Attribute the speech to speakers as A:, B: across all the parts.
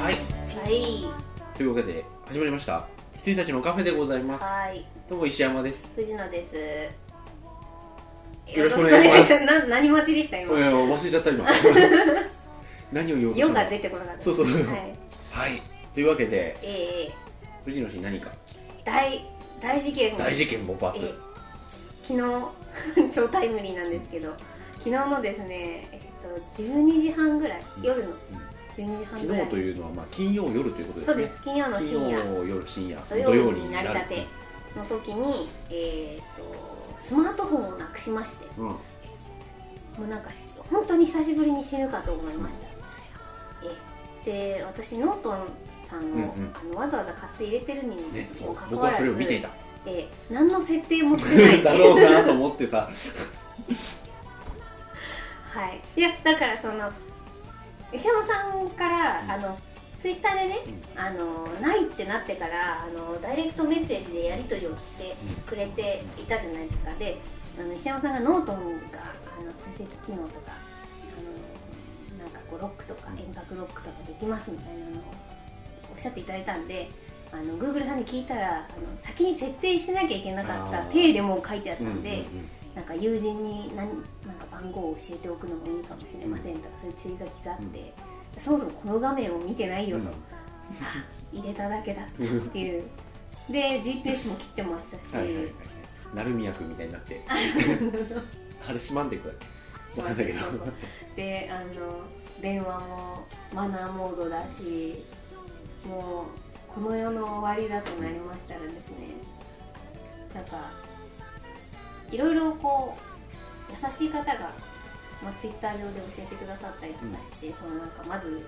A: はい
B: というわけで始まりました羊たちのカフェでございます
A: はい
B: どうも石山です
A: 藤野です
B: よろしくお願いします
A: よろくお願いしな何待ちでした
B: え
A: 今
B: ー忘れちゃ った今何を言おうとし
A: 世
B: た
A: が出てこなかった
B: そうそうそう
A: はい、
B: はいというわけで
A: え
B: 藤野氏何か
A: ー、大大事件が
B: 大事件勃発
A: えー昨日 超タイムリーなんですけど昨日のですね、えっと、12時半ぐらい夜の12時半ぐ
B: 昨
A: らい
B: 日というのはまあ金曜夜ということで
A: そう
B: す
A: で
B: ね
A: す金曜の
B: 金
A: 深夜
B: 曜夜深夜
A: 土曜日になりたての時に、えー、とスマートフォンをなくしまして
B: うん
A: もうなんか本当に久しぶりに死ぬかと思いました、えで私ノートンさん
B: うんう
A: の,、
B: ん
A: あのわざわざ買って入れてるにも
B: ねそう
A: もかか
B: 僕
A: わ
B: は
A: ら
B: そ
A: ず、
B: れを見ていた
A: えー何の設定もしてない
B: だろうなと思ってさ
A: はい、いやだからその石山さんから、あのツイッターでね、あのないってなってからあのダイレクトメッセージでやり取りをしてくれていたじゃないですかであの石山さんがノートンがあの追跡機能とかあのなんかこうロックとか遠隔ロックとかできますみたいなのをおっしゃっていただいたんで。あの Google さんに聞いたらあの先に設定してなきゃいけなかった
B: あー
A: 手でもう書いてあった
B: うんうんうんん
A: で、なんか友人に何なんか番号を教えておくのもいいかもしれませんとかそういう注意書きがあって、そもそもこの画面を見てないよと、入れただけだったっていうで GPS も切ってましたし、
B: はいはいはい鳴宮君みたいになって あれしまんでいくだけ
A: しまったりとか
B: わかんない
A: であの電話もマナーモードだしもうこの世の終わりだとなりましたらですねなんかいろいろこう優しい方が、まあ、Twitter 上で教えてくださったりとかして、そのなんかまず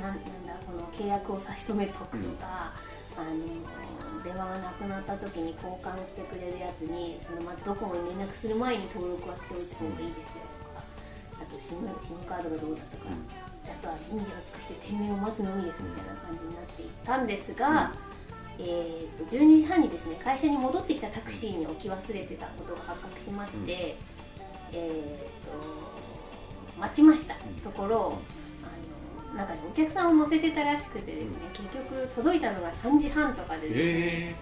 A: なんなんだこの契約を差し止めとくとか、あの電話がなくなった時に交換してくれるやつにそのまあドコモに連絡する前に登録はしておいた方がいいですよとか、あと SIM カードがどうだとか、
B: うん
A: あとは人事が尽くして店名を待つのみですみたいな感じになっていたんですが、えー、と12時半にですね会社に戻ってきたタクシーに置き忘れてたことが発覚しまして、
B: うん
A: えー、と待ちました
B: ん
A: ところあのなんかねお客さんを乗せてたらしくてですね、結局届いたのが3時半とかでですね、
B: え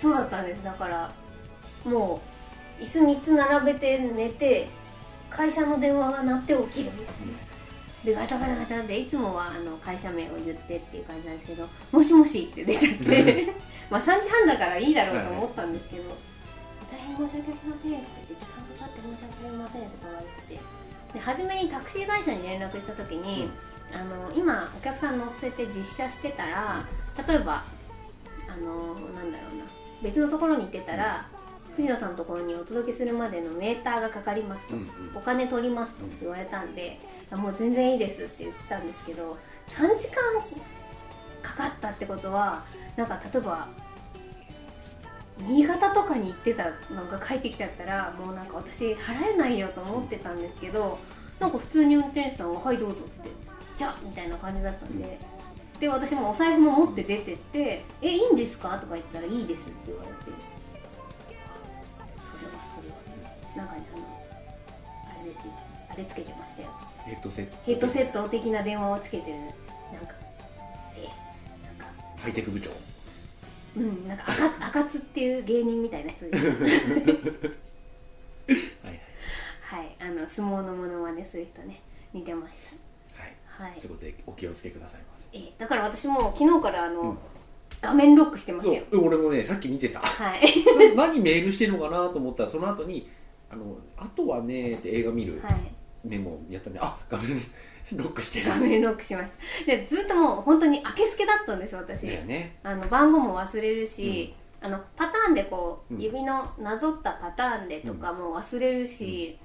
A: そうだったんですだからもう椅子3つ並べて寝て会社の電話が鳴って起きるみたいなでガチャガチャガチャっていつもはあの会社名を言ってっていう感じなんですけど「もしもし」って出ちゃって まあ3時半だからいいだろうと思ったんですけど「大変申し訳ありません」とか言って「時間かかって申し訳ありません」とか言われててで初めにタクシー会社に連絡した時に、あの今お客さん乗せて実写してたら例えばあのなんだろうな別のところに行ってたら、藤野さんのところにお届けするまでのメーターがかかりますと、
B: うんうん
A: お金取りますと言われたんで、あもう全然いいですって言ってたんですけど3時間かかったってことはなんか例えば新潟とかに行ってたのが帰ってきちゃったらもうなんか私払えないよと思ってたんですけどなんか普通に運転手さんが「はいどうぞ」って「じゃあ」みたいな感じだったんで。で私もお財布も持って出てって「えいいんですか?」とか言ったら「いいです」って言われてそれはそれはなんかねあのあれですよあれつけてましたよ
B: ヘッドセット
A: ヘッドセット的な電話をつけてるなんかえなんか
B: ハイテク部長
A: うんなんか赤赤津っていう芸人みたいな人です
B: はいはい
A: はいあの相撲のモノマネする人ね似てまし
B: はい
A: たはい
B: ということでお気をつけくださいませ
A: えだから私も昨日からあの、
B: うん
A: 画面ロックしてます
B: そ
A: よ
B: う俺もねさっき見て た
A: はい
B: な何メールしてるのかなと思ったらその後にあのあとはねーって映画見る
A: はい
B: メモやったんであ画面 ロックしてる
A: 画面ロックしましたでずっともう本当に明けすけだったんです私、
B: だよね
A: あの番号も忘れるし、あのパターンでこう、
B: うん
A: 指のなぞったパターンでとかも忘れるし、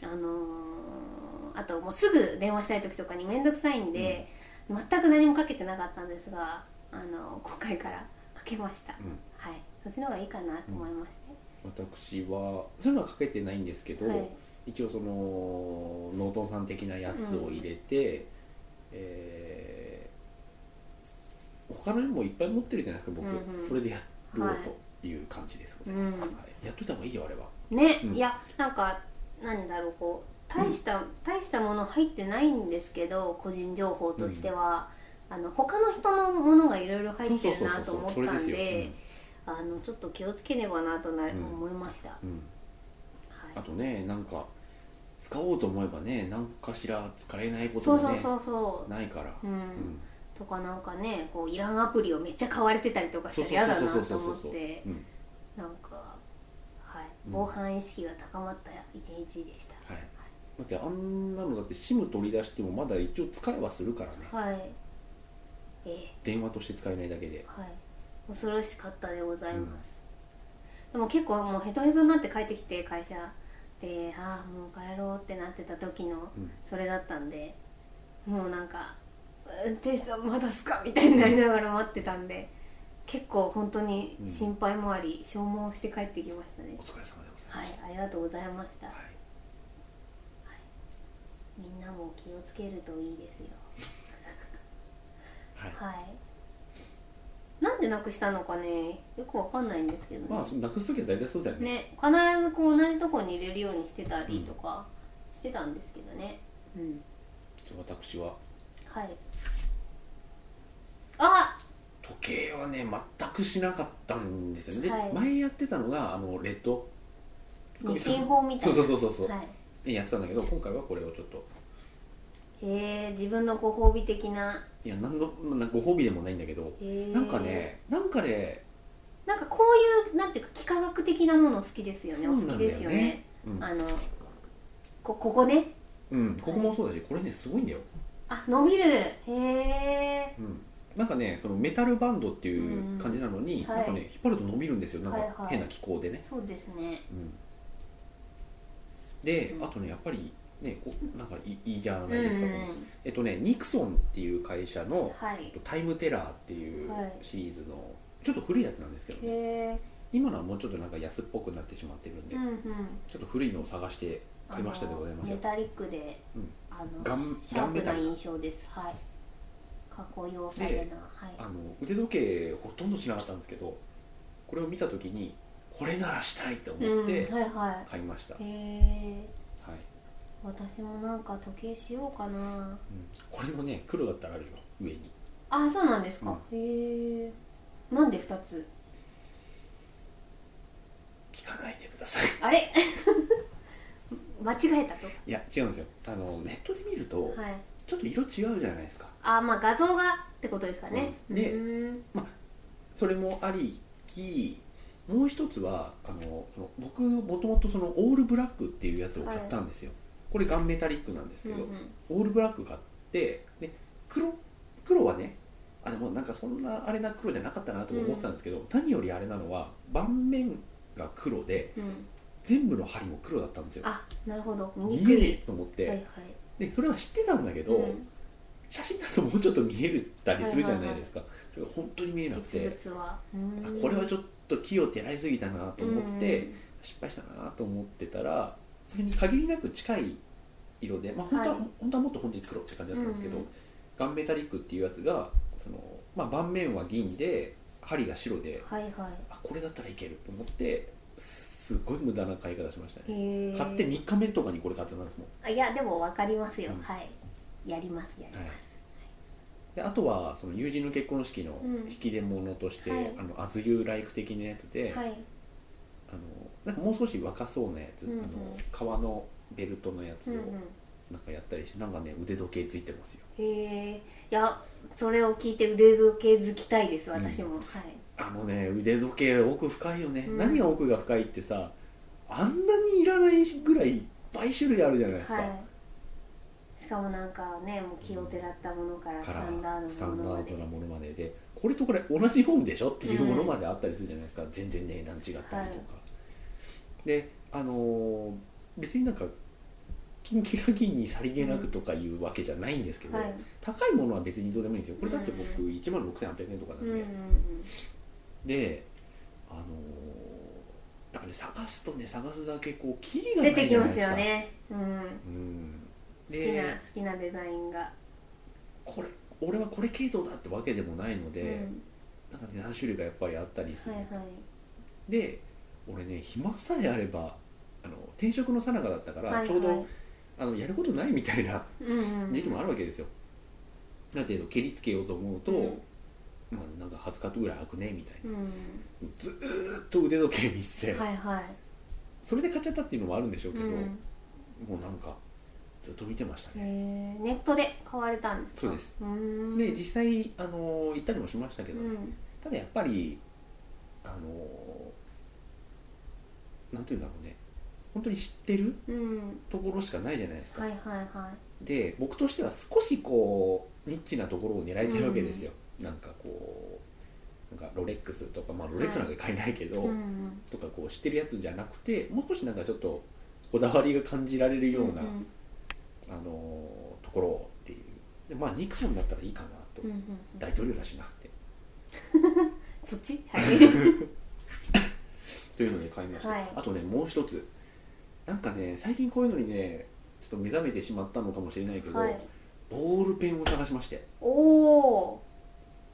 A: あのーあともうすぐ電話したい時とかに面倒くさいんで、全く何もかけてなかったんですが、あの今回からかけました、
B: うん
A: はいそっちの方がいいかなと思いまして、
B: 私はそういうのはかけてないんですけど、
A: はい
B: 一応そのノートンさん的なやつを入れて、えー他の絵もいっぱい持ってるじゃないですか僕、
A: うんうん
B: それでやろう
A: はい
B: という感じですございます、
A: うん
B: はいやっといた方がいいよあれは
A: ね、
B: うん
A: いやなんかなんだろうこう大した、大したもの入ってないんですけど個人情報としては、あの他の人のものがいろいろ入ってるな
B: そうそ
A: と
B: う
A: 思
B: そう
A: っ
B: そう
A: たん
B: それです
A: で
B: よ、
A: あのちょっと気をつけねばなとな、
B: うん
A: 思いました、は
B: うんうん
A: い
B: あとねなんか使おうと思えばね何かしら使えないこと
A: そう
B: も
A: そう
B: ね
A: そうそ
B: ないから、
A: う、う、
B: うんん
A: とかなんかねこういらんアプリをめっちゃ買われてたりとかしたら嫌だなと思って
B: うん
A: なんか、はい、
B: うん
A: 防犯意識が高まった一日でした、
B: はい、だってあんなのだって SIM 取り出してもまだ一応使えはするからね
A: はいええ
B: 電話として使えないだけで
A: はい、恐ろしかったでございます、でも結構もうヘトヘトになって帰ってきて会社でああもう帰ろうってなってた時の
B: うん
A: それだったんで、もうなんか「うん店員さんまだっすか?」みたいになりながら待ってたんで結構本当に心配もあり、消耗して帰ってきましたね
B: お疲れ様でござい
A: は
B: ま
A: い
B: し
A: ありがとうございまし
B: た、
A: た
B: はい
A: みんなも気をつけるといいですよ
B: はい
A: はいなんでなくしたのかねよくわかんないんですけどね、
B: まあそのなくす時は大体そうだよね
A: ね必ずこう同じとこに入れるようにしてたりとかしてたんですけどねうん
B: 私は
A: はいあ
B: 時計はね全くしなかったんですよねで、
A: はい
B: 前やってたのがあのレッド
A: 二進法みたいな
B: そうそうそうそう、
A: はい
B: やってたんだけど今回はこれをちょっと
A: へえ自分のご褒美的ない
B: や何のまあご褒美でもないんだけど、
A: へー
B: なんかねなんかで、
A: なんかこういうなんていうか幾何学的なもの好きですよね
B: そ
A: お
B: う
A: 好
B: なんだ
A: き
B: よね
A: ですよね
B: うん
A: あのこここね
B: うん、ここもそうだしこれねすごいんだよ、
A: あ伸びるへえ
B: うん、なんかねそのメタルバンドっていう感じなのに、
A: うんはい
B: なんかね引っ張ると伸びるんですよなん
A: はいは
B: か
A: い
B: 変な機構でね、
A: そうですね
B: うん、で、
A: うん
B: あとねやっぱりねこうなんかいいいいじゃ
A: う
B: なんいですか、
A: う
B: この
A: ん
B: えっとねニクソンっていう会社の、
A: はい
B: タイムテラーっていう
A: はい
B: シリーズの、ちょっと古いやつなんですけど、
A: へ
B: ね、
A: え
B: 今のはもうちょっとなんか安っぽくなってしまってるんで、
A: うんうん
B: ちょっと古いのを探して買いましたでございます
A: あの
B: よ
A: メタリックで、
B: うん
A: あの
B: ガン
A: シャープ
B: ガ
A: な
B: ンメタル
A: 印象ですはいかっこよさげなはい
B: あの腕時計ほとんど知らなかったんですけどこれを見た時にこれならしたいと思って
A: うん、はいは
B: 買いました、
A: いへ
B: はい
A: え私もなんか時計しようかな
B: うんこれもね黒だったらあるよ上に
A: あそうなんですか、へえなんで2つ
B: 聞かないでください
A: あれ 間違えたと
B: いや違うんですよあのネットで見ると
A: はい
B: ちょっと色違うじゃないですか
A: あまあ画像がってことですかね
B: そうですで
A: うん
B: それもありきもう一つはあのその僕もともとそのオールブラックっていうやつを買ったんですよ、これガンメタリックなんです
A: う
B: け
A: んう
B: ど、
A: ん
B: オールブラック買ってで黒黒はねあでもなんかそんなあれな黒じゃなかったなとも思ってたんですけど、何よりあれなのは盤面が黒で
A: うん
B: 全部の針も黒だったんですよ
A: あなるほど見に
B: 見
A: く
B: え
A: い
B: ねえと思っ
A: はいは
B: て
A: い
B: でそれは知ってたんだけど、
A: うん
B: 写真だともうちょっと見えるったりするじゃないですか、それが本当に見えなく
A: 実
B: て
A: 物は
B: あこれはち
A: ょっ
B: ょっと木を手らいすぎたなと思って、失敗したなと思ってたらそれに限りなく近い色で、まあ、本当は、
A: はい
B: 本当はもっと本当に黒って感じだったんですけど、
A: うんうん
B: ガンメタリックっていうやつがその、まあ、盤面は銀で針が白で
A: はいはい
B: あこれだったらいけると思ってすっごい無駄な買い方しましたね
A: へえ
B: 買って3日目とかにこれ買ってたんですもん、
A: あいやでも分かりますよ、
B: うん
A: はいやりますやり
B: はい
A: ます、
B: であとはその友人の結婚式の
A: うん
B: 引き出物として、
A: はい
B: あのアズユーライク的なやつで、
A: はい、
B: あのなんかもう少し若そうなやつ、
A: うんうん
B: あの革のベルトのやつ
A: う
B: を
A: んうん
B: なんかやったりしてなんかね腕時計ついてますよ
A: へえいやそれを聞いて腕時計好きたいです
B: うん
A: 私も、はい
B: あのね腕時計奥深いよね、
A: うん
B: 何が奥が深いってさあんなにいらないぐらいいっぱい種類あるじゃないですか、
A: はいしかもなんかねもう気をてらったものからス
B: か
A: タ
B: ら
A: ンダー
B: ス
A: ド
B: タ
A: なも
B: ンダ
A: のま
B: ー
A: で
B: ドなものまででこれとこれ同じ本でしょっていうものまであったりするじゃないですか、全然値段違ったりとか、
A: はい
B: であのー別になんかキンキラキンにさりげなくとかいうわけじゃないんですけど、
A: はい
B: 高いものは別にどうでもいいんですよこれだって僕
A: う
B: 1万6800円とかなん
A: う
B: で、
A: んうんうん
B: であのー、だからね探すとね探すだけこうキリがな
A: 出
B: い
A: て
B: じ
A: き
B: ゃない
A: ま
B: ですすか
A: よねうん
B: うん
A: 好きな
B: で
A: 好きなデザインが、
B: これ俺はこれ系統だってわけでもないので、
A: うん
B: なんかね何種類かやっぱりあったりす
A: は
B: る、
A: いはい
B: で俺ね暇さえあればあの転職の最中だったから、
A: はいはい
B: ちょうどあのやることないみたいな
A: うんうん
B: 時期もあるわけですよ、ある程度蹴りつけようと思うと、
A: うん
B: まあ、なんか20カットぐらい開くねみたいな
A: うん
B: ずーっと腕時計見せて、
A: はいはい
B: それで買っちゃったっていうのもあるんでしょう
A: う
B: けど、
A: ん
B: もうなんかずっと見てました
A: え
B: ね、
A: ーネットで買われたんですか
B: そうです
A: うーん
B: で実際、あのー行ったりもしましたけ
A: う
B: ど、
A: ん
B: ただやっぱりあのーなんていうんだろうね本当に知ってる
A: うん
B: ところしかないじゃないですか、
A: はいはいは
B: で僕としては少しこうニッチなところを狙いたいわけですよ、なんかこうなんかロレックスとかまあロレックスなんか買えないけど、
A: いうん
B: とかこう知ってるやつじゃなくてもう少しなんかちょっとこだわりが感じられるような、
A: ん
B: あのーところをっていうでまあニクソンだったらいいかなと、
A: うんうん
B: 大統領だしなって
A: そっちはい
B: というので買いました、
A: はい
B: あとねもう一つなんかね最近こういうのにねちょっと目覚めてしまったのかもしれないけど、
A: はい
B: ボールペンを探しまして
A: おお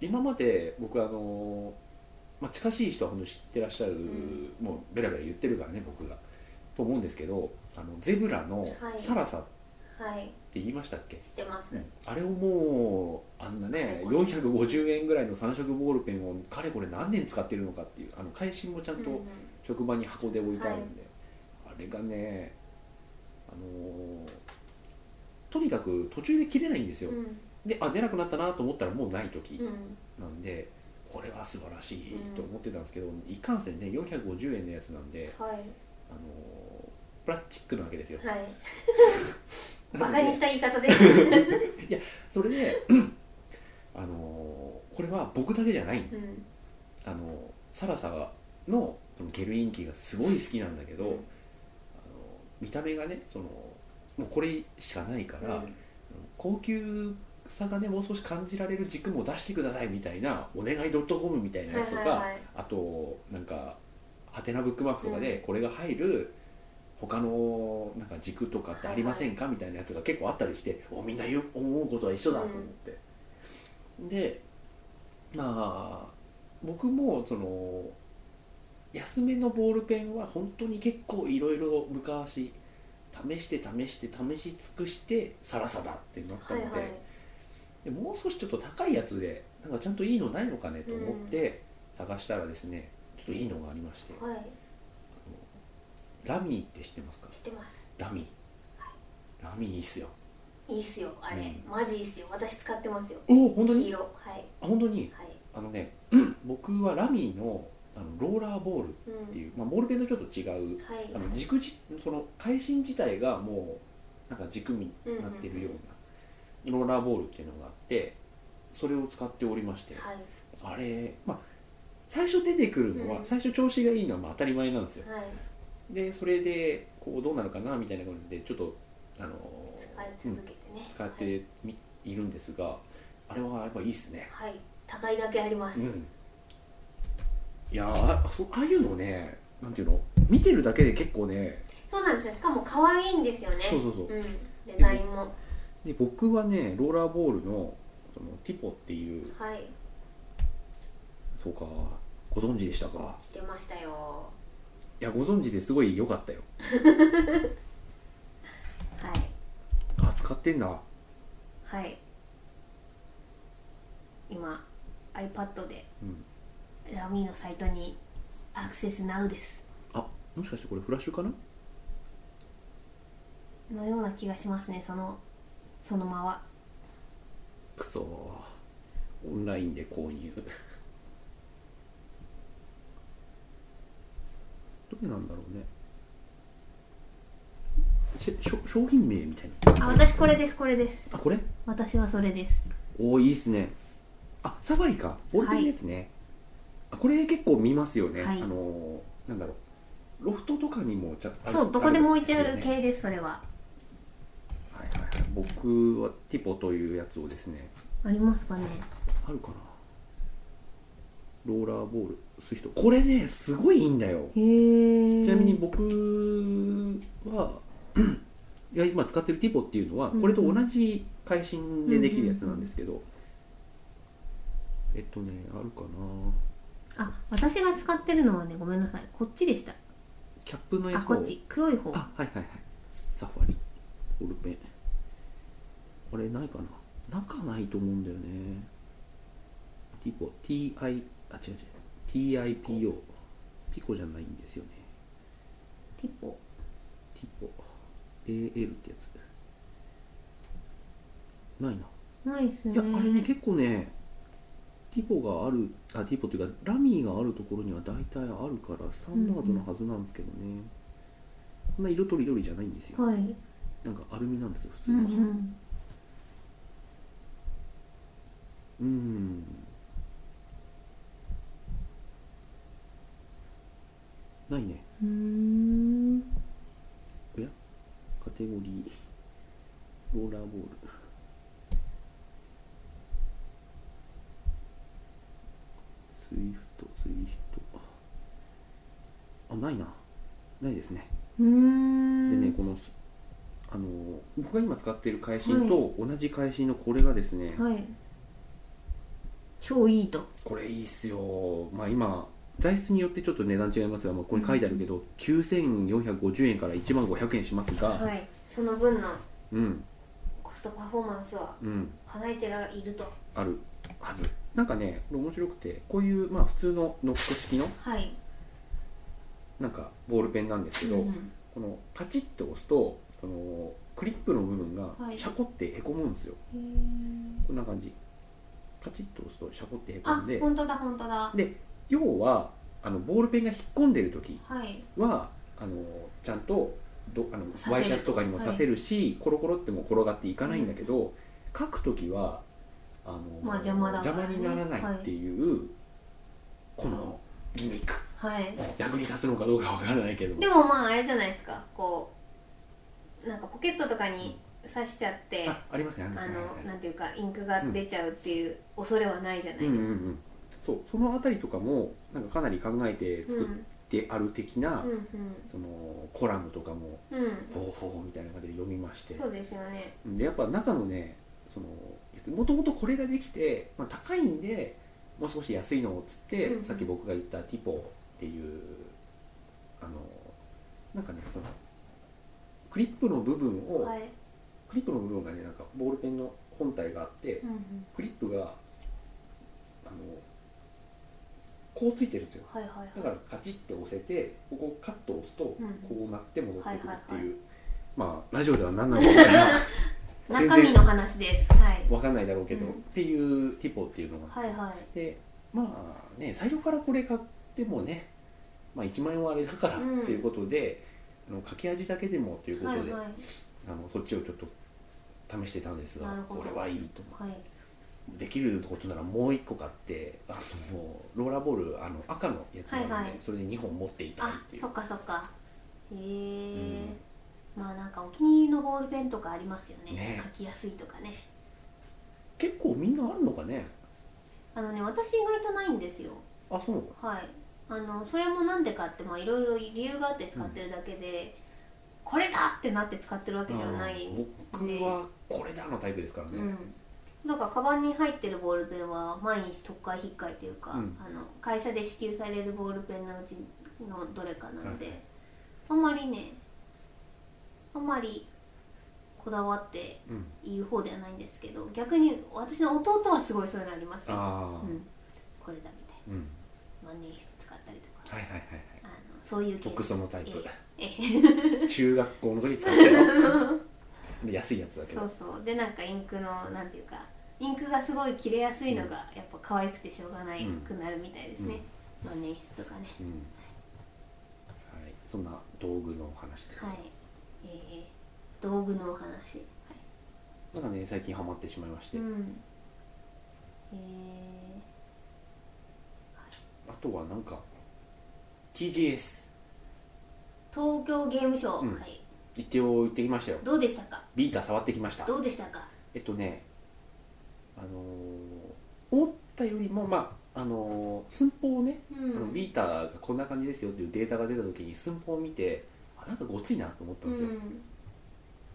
B: 今まで僕あのーまあ、近しい人は本当に知ってらっしゃる、
A: ん
B: もうベラベラ言ってるからね僕がと思うんですけどあのゼブラの
A: はい
B: サラサっ
A: はい
B: て言いましたっけ、
A: 知ってます
B: あれをもうあんなね450円ぐらいの3色ボールペンをかれこれ何年使ってるのかっていうあの返信もちゃん
A: うんう
B: と
A: ん
B: 職場に箱で置いてあるんで、あれがねあのーとにかく途中で切れないんですよ、
A: うん
B: であ出なくなったなと思ったらもうない時
A: うん
B: なんで、これは素晴らしいと思ってたんですけど、いかんせんね450円のやつなんで、
A: は
B: あ
A: い
B: のープラスチックなわけですよ、
A: はい
B: な
A: バ
B: ん
A: カ
B: で
A: にした言い方ですう
B: それで、 あのーこれは僕だけじゃないん
A: ん
B: あのサラサのそのゲルインキがすごい好きなんだけど、あの見た目がねそのもうこれしかないから、
A: うん
B: 高級さがねもう少し感じられる軸も出してくださいみたいなお願いドットコムみたいなやつとか、
A: はいはいはい
B: あとなんかハテナブックマークとかでこれが入る他のなんか軸とかってありませんかみたいなやつが結構あったりしておみんな言う思うことは一緒だと思って、でまあ僕もその安めのボールペンは本当に結構いろいろ昔試して試して試し尽くしてサラサだってなった
A: は
B: の
A: い
B: で,、
A: はい
B: でもう少しちょっと高いやつでなんかちゃんといいのないのかねと思って探したらですね、ちょっといいのがありまして
A: はい
B: ラミーって知ってますか
A: 知ってます
B: ラミーラミーいいっすよ
A: いいっすよあれ、
B: うん
A: マジいいっすよ私使ってますよ
B: おお本当
A: 黄
B: に
A: 色はい
B: あ本当に
A: はい
B: あのね 僕はラミーのあのローラーボールっ
A: うん
B: ていう、まあ、ボールペンとちょっと違う
A: はい
B: あの軸じその会心自体がもうなんか軸になってるようなローラーボールっていうのがあってそれを使っておりまして
A: はい
B: あれまあ最初出てくるのは、
A: うん
B: 最初調子がいいのはまあ当たり前なんですよ
A: はい
B: でそれでこうどうなるかなみたいな感じでちょっとあの
A: 使い続けてね、
B: 使ってみ、い、るんですがあれはやっぱいいっすね
A: はい、はい、高いだけあります、
B: うんいやーあそああいうのねなんていうの見てるだけで結構ね
A: そうなんですよしかも可愛いんですよね
B: そうそうそう
A: うんデザインも
B: で僕はねローラーボールのそのティポっていう
A: はい
B: そうかご存知でしたか
A: してましたよ
B: いやご存知ですごい良かったよ
A: はい
B: あ使ってんだ
A: はい今 iPad で
B: うん
A: ラミーのサイトにアクセス NOW です
B: あもしかしてこれフラッシュかな
A: のような気がしますねそのそのまは
B: くそーオンラインで購入どれなんだろうねししょ商品名みたいな
A: あ私これですこれです
B: あこれ
A: 私はそれです
B: おおいいっすねあサファリかボールペンのやつね、あこれ結構見ますよね、
A: はい
B: あのーなんだろうロフトとかにもちゃんとある
A: そうどこでも置いてあ
B: ん
A: る
B: ですよね
A: 系ですそれは
B: はいはいはい、僕はティポというやつをですね
A: ありますかね
B: あるかなローラーボールスイフトこれねすごいいいんだよ
A: へ
B: ちな
A: え
B: みに僕は いや今使ってるティポっていうのは
A: うん
B: これと同じ会心でできるやつなんですけど、えっとねあるかな
A: あ私が使ってるのはねごめんなさいこっちでした
B: キャップのや
A: あ
B: つ
A: こ
B: を
A: っち黒い方
B: あはいはいはいサファリボールペンあれないかななかないと思うんだよねティポ TI あ違う違う TIPO ピコじゃないんですよね
A: ティポ
B: ティポ AL ってやつないな
A: ないですね
B: いやあれね結構ねティポがあるあティポっていうかラミーがあるところには大体あるからスタンダードなはずなんですけどね、そんな色とりどりじゃないんですよ、
A: はい
B: なんかアルミなんですよ普通
A: う
B: の
A: んうん
B: うんないね
A: うーん
B: カテゴリーローラーボールスイフトスイフトあないなないですね
A: うーん
B: でねこのすあの僕が今使っている会心と同じ会心のこれがですね、
A: はい超いいと
B: これいいっすよまあ今材質によってちょっと値段違いますが、まあ、これ書いてあるけど、9450円から1万500円しますが、
A: はいその分の
B: うん
A: コストパフォーマンスは
B: うん
A: 叶えてらいると
B: あるはずなんかねこれ面白くてこういうまあ普通のノック式の
A: はい
B: なんかボールペンなんですけど、
A: うん
B: このパチッと押すとそのクリップの部分が
A: はい
B: シャコってへこむんですよ、
A: うん
B: こんな感じパチッと押すとシャコってへこ
A: あ
B: んで
A: 本当だ本当だ
B: 要はあのボールペンが引っ込んでる時
A: はい
B: はあのちゃんとどあの
A: させる
B: ワイシャツとかにもさせるし、コロコロっても転がっていかないんだけど、書く時はあの、
A: まあ邪魔だからね
B: にならないっていう、このギミック
A: はい
B: 役に立つのかどうかわからないけども
A: でもまああれじゃないですかこうなんかポケットとかに刺しちゃって
B: あありますねありま
A: あ
B: すね
A: の
B: はい
A: なんていうかインクが出ちゃうっていう恐れはないじゃない
B: うんうんうんそうそのあたりとかもなんかかなり考えて
A: うんう
B: 作っ
A: ん
B: てある的な、
A: うん
B: そのコラムとかも
A: うん
B: ほうほうみたいな感じで読みまして
A: そうですよね
B: でやっぱ中のねそのもともとこれができて、まあ、高いんでもう少し安いのをつって、
A: うん
B: さっき僕が言ったティポっていうあのなんかねそのクリップの部分を、
A: はい
B: クリップの部分がねなんかボールペンの本体があって
A: うんうん
B: クリップがあのこうついてるんですよ
A: はいはい
B: だ
A: は
B: か
A: い
B: らカチッて押せてここをカット押すと、
A: うん
B: こうなって戻ってくるっていう、
A: はいはいは
B: まあラジオでは何なんだろうみたいな全然
A: 中身の話ですはい
B: わかんないだろうけど、
A: うん
B: っていうティポっていうのが、
A: はいはい
B: でまあね最初からこれ買ってもね、まあ、1万円はあれだから
A: うん
B: っていうことで、あの書き味だけでもというこ
A: は
B: と
A: い
B: で、
A: はいは
B: あのそっちをちょっと試してたんですが
A: なるほど
B: これはいいと
A: い
B: できることならもう1個買ってあのもうローラーボールあの赤のやつなので、
A: はいはい
B: それで2本持っていたいっ
A: あ
B: ていう
A: そっかそっかへえ、
B: うん
A: まあなんかお気に入りのボールペンとかありますよね
B: ね
A: 書きやすいとかね
B: 結構みんなあるのかね
A: あのね私意外とないんですよ
B: あそう
A: はいあのそれもなんでかってまあいろいろ理由があって使ってるだけで、これだってなって使ってるわけではない、
B: うん僕はこれだのタイプですからね、
A: うん、だからカバンに入ってるボールペンは毎日特会引っかいというか、
B: うん
A: あの会社で支給されるボールペンのうちのどれかなので、
B: はい
A: あんまりねあんまりこだわって
B: うん
A: 言う方ではないんですけど逆に私の弟はすごいそういうのありますよ、
B: ああ
A: うん、これだみたい
B: うん
A: な万年筆使ったりとか
B: はいはいはいはい
A: あのそういう系
B: 僕そのタイプ
A: ええ
B: 中学校の時使ってた の安いやつだけ
A: そ
B: ど
A: うそうでなんかインクのなんていうかインクがすごい切れやすいのがやっぱ可愛くてしょうがないくなるみたいですね、まあ年筆とかね
B: うんはいそんな道具のお話で、
A: はいえー、道具のお話、はい
B: なんかね最近ハマってしまいまして、
A: うんえ
B: あとはなんか TGS
A: ー、東京ゲームショウ、
B: うん
A: はい、
B: 一応行ってきましたよ
A: どうでしたか
B: ビータ触ってきました
A: どうでしたか
B: えっとねあのー思ったよりもまああのー寸法をね
A: う
B: あの
A: ん
B: ビーターがこんな感じですよっていうデータが出た時に寸法を見てあなんかごついなと思った
A: うん
B: ですよ、
A: ん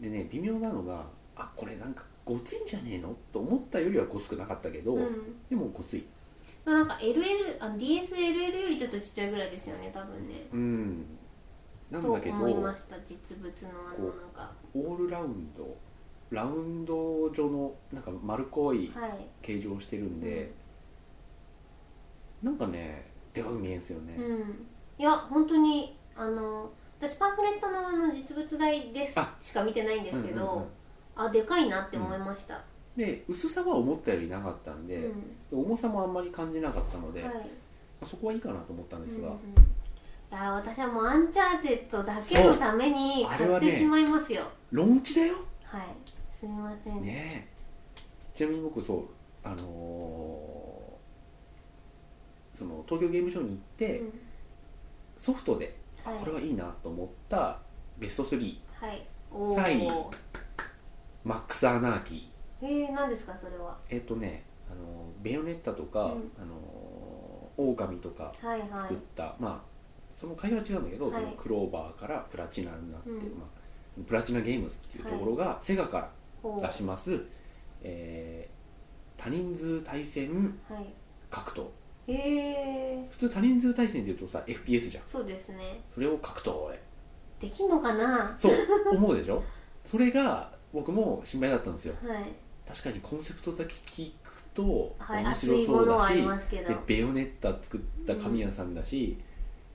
B: でね微妙なのがあこれなんかごついんじゃねえのと思ったよりはごつくなかったけど、
A: うん
B: でもごつい
A: なんか LL あの DSLL よりちょっとちっちゃいぐらいですよね多分ね
B: うんなんだけ
A: と
B: ど
A: 思いました実物のあの
B: こう
A: なんか
B: オールラウンドラウンド状のなんか丸っこい
A: はい
B: 形状をしてるんで、なんかねでかく見えんすよね、
A: うんいや本当にあの私パンフレットのあの実物大です
B: あ
A: しか見てないんで
B: うん
A: すけ
B: うんうん
A: ど、あでかいなって思いました、
B: で薄さは思ったよりなかったん
A: う
B: で、
A: ん
B: 重さもあんまり感じなかったので、
A: は
B: ま
A: い
B: あそこはいいかなと思ったんですが、
A: うんうんうんいや私はもうアンチャーテッドだけのため
B: そ
A: に
B: うあれ
A: 買っ
B: は
A: て
B: ね
A: しまいますよ
B: ローンチだよ
A: はいすみません、
B: ねえちなみに僕そうあのーその東京ゲームショウに行って、
A: うん
B: ソフトで
A: はい
B: これはいいなと思ったベスト3
A: はいお
B: サイン
A: お
B: マックス・アナーキー
A: えー、何ですかそれは
B: えっ、とねあのベヨネッタとか、
A: うん
B: あのオオカミとか
A: はいは
B: 作っ
A: い
B: た、まあその会社は違うんだけど、
A: は
B: そ
A: い
B: のクローバーからプラチナになって、
A: うん
B: まあ、プラチナゲームズっていうところが、セガか
A: お
B: ら出します、えー多人数対戦
A: はい
B: 格闘
A: えー、
B: 普通多人数対戦っていうとさ FPS じゃん
A: そうですね
B: それを格闘で
A: できんのかな
B: そう思うでしょそれが僕も心配だったんですよ
A: はい
B: 確かにコンセプトだけ聞くと
A: はい
B: 面
A: 熱
B: 白
A: い
B: そ
A: も
B: う
A: のは
B: だ
A: あ
B: し、
A: りますけど
B: でベヨネッタ作った神谷さんだし、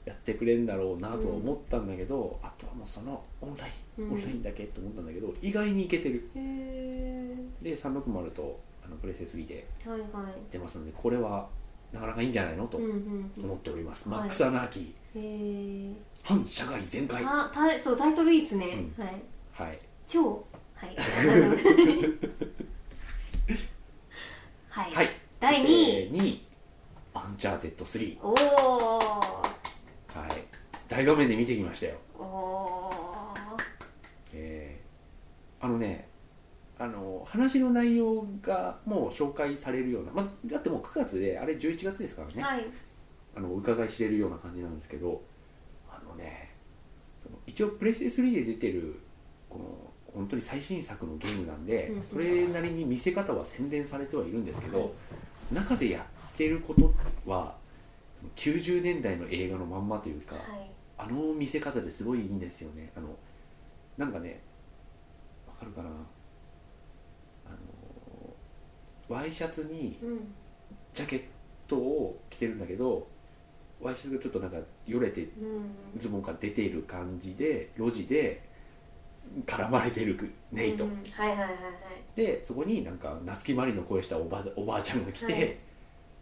B: やってくれるんだろうなとは思ったんだけど、あとはもうそのオンライン、
A: うん
B: オンラインだけと思ったんだけど意外にいけてる
A: へえ
B: で360とあのプレセ3で
A: はいはい
B: 出ますのでこれはなかなかいいんじゃないのと
A: うんうんうん
B: 思っております、
A: はい
B: マックス・アナーキー
A: へえ
B: 反社会全開は
A: たたそうタイトルいいっすね、
B: う
A: はい
B: い
A: 超はい はい、
B: はい
A: 第
B: そ
A: 2位
B: して二位アンチャーテッド3
A: おー
B: はい大画面で見てきましたよ
A: お
B: えーあのねあの話の内容がもう紹介されるような、まあ、だってもう9月であれ11月ですから
A: ー
B: ね、
A: はい
B: あのお伺い知れるような感じなんですけどあのねその一応プレステ3で出てるこの本当に最新作のゲームなんで、
A: うん
B: それなりに見せ方は洗練されてはいるんですけど、
A: はい
B: 中でやってることは90年代の映画のまんまというか、
A: はい
B: あの見せ方ですごいいいんですよねあのなんかねわかるかなあのワイシャツに
A: うん
B: ジャケットを着てるんだけどワイシャツがちょっとなんかよれて
A: うん
B: ズボンから出ている感じで路地で絡まれてるネイト、
A: うんはいはいはいはい
B: でそこになんか夏木マリの声したおばおばあちゃんが来て、
A: はい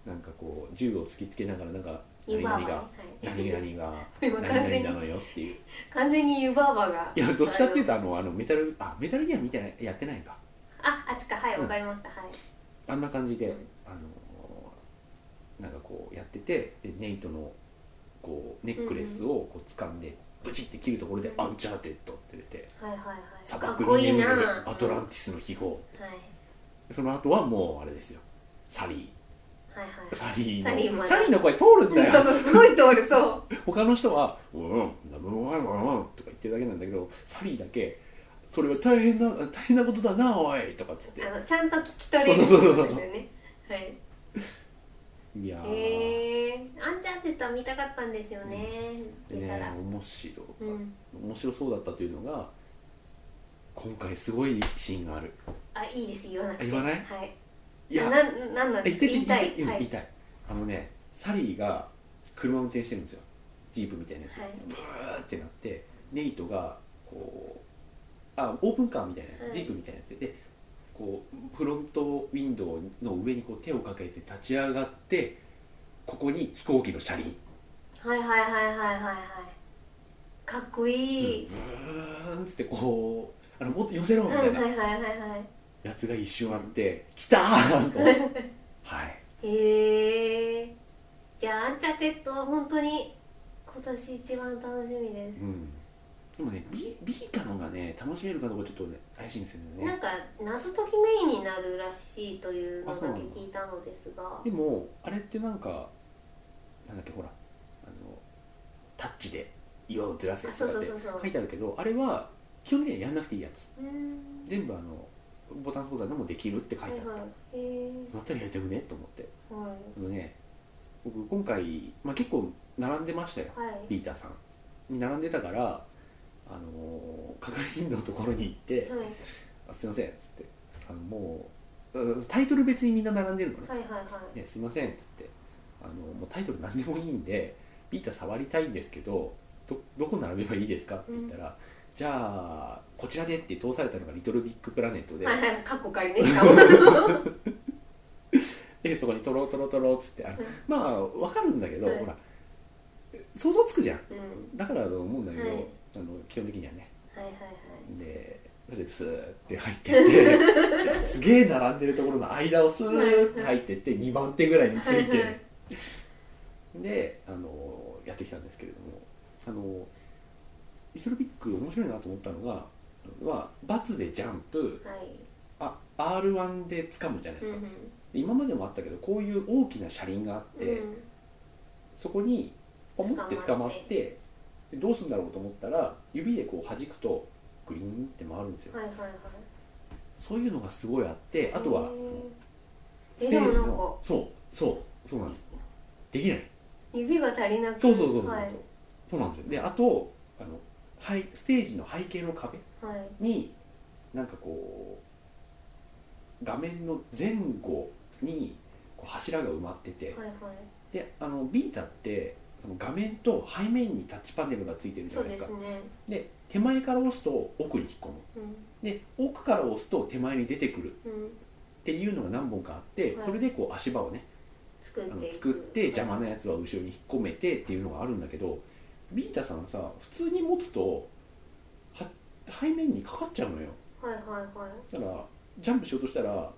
B: なんかこう銃を突きつけながらなんか何
A: 湯婆
B: 々
A: 婆
B: が
A: は
B: 何々が
A: い今完
B: 何
A: 全
B: 々
A: に
B: なのよっていう
A: 完全に湯婆婆が
B: いやどっちかっていうとあのあのメタルあメタルギアみたいなやってないか
A: ああっちかはい
B: うん
A: わかりました、はい
B: あんな感じで、
A: うん
B: あのなんかこうやっててでネイトのこうネックレスをこう掴んで、ブチって切るところで「アンチャーテッド」って出て
A: はいはいはい
B: 「
A: か
B: 砂
A: っ
B: 漠
A: こ
B: に
A: いい
B: 眠
A: な
B: る
A: ぁ
B: アトランティスの秘宝」
A: はい
B: その後はもうあれですよサリ
A: はい
B: ーサリー
A: サリー
B: の
A: まで
B: サリーの声通るんだ
A: はいそう
B: よ
A: そうすごい通るそう
B: 他の人は「うんダブルワンワンワン」とか言ってるだけなんだけどサリーだけ「それは大変な大変なことだなおい」とかっつって
A: あのちゃんと聞き取れ
B: そ
A: る
B: うそうそうそう
A: ってことですよねはい
B: いやー
A: へえアンチャーテッドは見たかったんですよね、
B: で
A: 見たら
B: ね、面白かった、
A: うん
B: 面白そうだったというのが今回すごいシーンがある
A: あいいです言わなくて
B: あ言わない
A: はい
B: い
A: いや
B: や
A: ななんなん
B: え
A: ですか言いたい
B: うん
A: はい
B: 言いたいあのねサリーが車運転してるんですよジープみたいなやつ、
A: はい
B: ブーってなってネイトがこうあオープンカーみたいなやつ、
A: はい
B: ジープみたいなやつでこうフロントウィンドウの上にこう手をかけて立ち上がってここに飛行機の車輪
A: はいはいはいはいはいはいかっこいい、
B: ブーンってこうあのもっと寄せろ
A: う
B: み
A: ん
B: たいな、
A: はいはいはいは
B: やつが一瞬あって「来た!」と思ってはい
A: いへえじゃあアンチャーテッドは本当に今年一番楽しみで
B: うんでもねビビーカのがね楽しめるかどうかちょっとね怪しいんですよ
A: す、なん
B: ね
A: か謎解きメインになるらしいというのだけ聞いたのですが
B: でもあれってなんかなんだっけほらあのタッチで岩をずらすやつとかって
A: あそうそうそうそう
B: 書いてあるけどあれは基本的にはやんなくていいやつ
A: うん
B: 全部あのボタン操作でもできるって書い
A: は
B: て
A: い
B: あった、
A: はいへえ
B: だったらやりたくねと思って
A: は
B: あのね僕今回、まあ、結構並んでましたよ
A: いはい
B: リーターさんに並んでたから、あのー係員のところに行って
A: はい、
B: 「あすいません」っつってあのもううんタイトル別にみんな並んでるのね
A: はいはいは
B: 「
A: い
B: ねすいません」っつってあのもうタイトル何でもいいんで「ビータ触りたいんですけどどどこ並べばいいですか?」って言ったら「じゃあこちらで」って通されたのが「リトルビッグプラネットで」
A: はいはいかっこ仮ね しかもは
B: でそこにトロトロトロっつってあの
A: うん
B: まあわかるんだけど、
A: はい
B: ほら想像つくじゃん
A: いうん
B: だからだと思うんだけど、
A: はい
B: あの基本的にはね
A: はいはい
B: でそれでスーって入ってってすげえ並んでるところの間をスーって入ってって2番手ぐらいについ
A: はいは
B: てであのやってきたんですけれどもあのイソルビック面白いなと思ったのがはバツでジャンプ
A: はいはい
B: あ R1 で掴むじゃないで
A: う
B: す
A: ん
B: か、で今までもあったけどこういう大きな車輪があって、
A: うん
B: そこにポンって捕まってでどうするんだろうと思ったら指でこう弾くとグリーンって回るんですよ、
A: はいはいはい
B: そういうのがすごいあってあとは
A: へー
B: ス
A: え
B: テ
A: で
B: ー
A: も
B: ジ
A: なん
B: の
A: か
B: そうそうそうなんですできない
A: 指が足りなく
B: そうそうそうそう、
A: はい
B: そうなんですよであとあのはいステージの背景の壁
A: はい
B: になんかこう画面の前後にこう柱が埋まってて、
A: はいはい
B: であのビータってその画面と背面にタッチパネルがついてるじゃ
A: そう
B: ないで
A: です
B: か
A: すね
B: で手前から押すと奥に引っ込む
A: うん
B: で奥から押すと手前に出てくるっ
A: うん
B: ていうのが何本かあって、
A: はい
B: それでこう足場をね
A: 作っ
B: あの
A: ていく
B: 作って邪魔なやつは後ろに引っ込めてっていうのがあるんだけどビータさんさ普通に持つとは背面にかかっちゃうのよ
A: はいはいはい
B: だからジャンプしようとしたら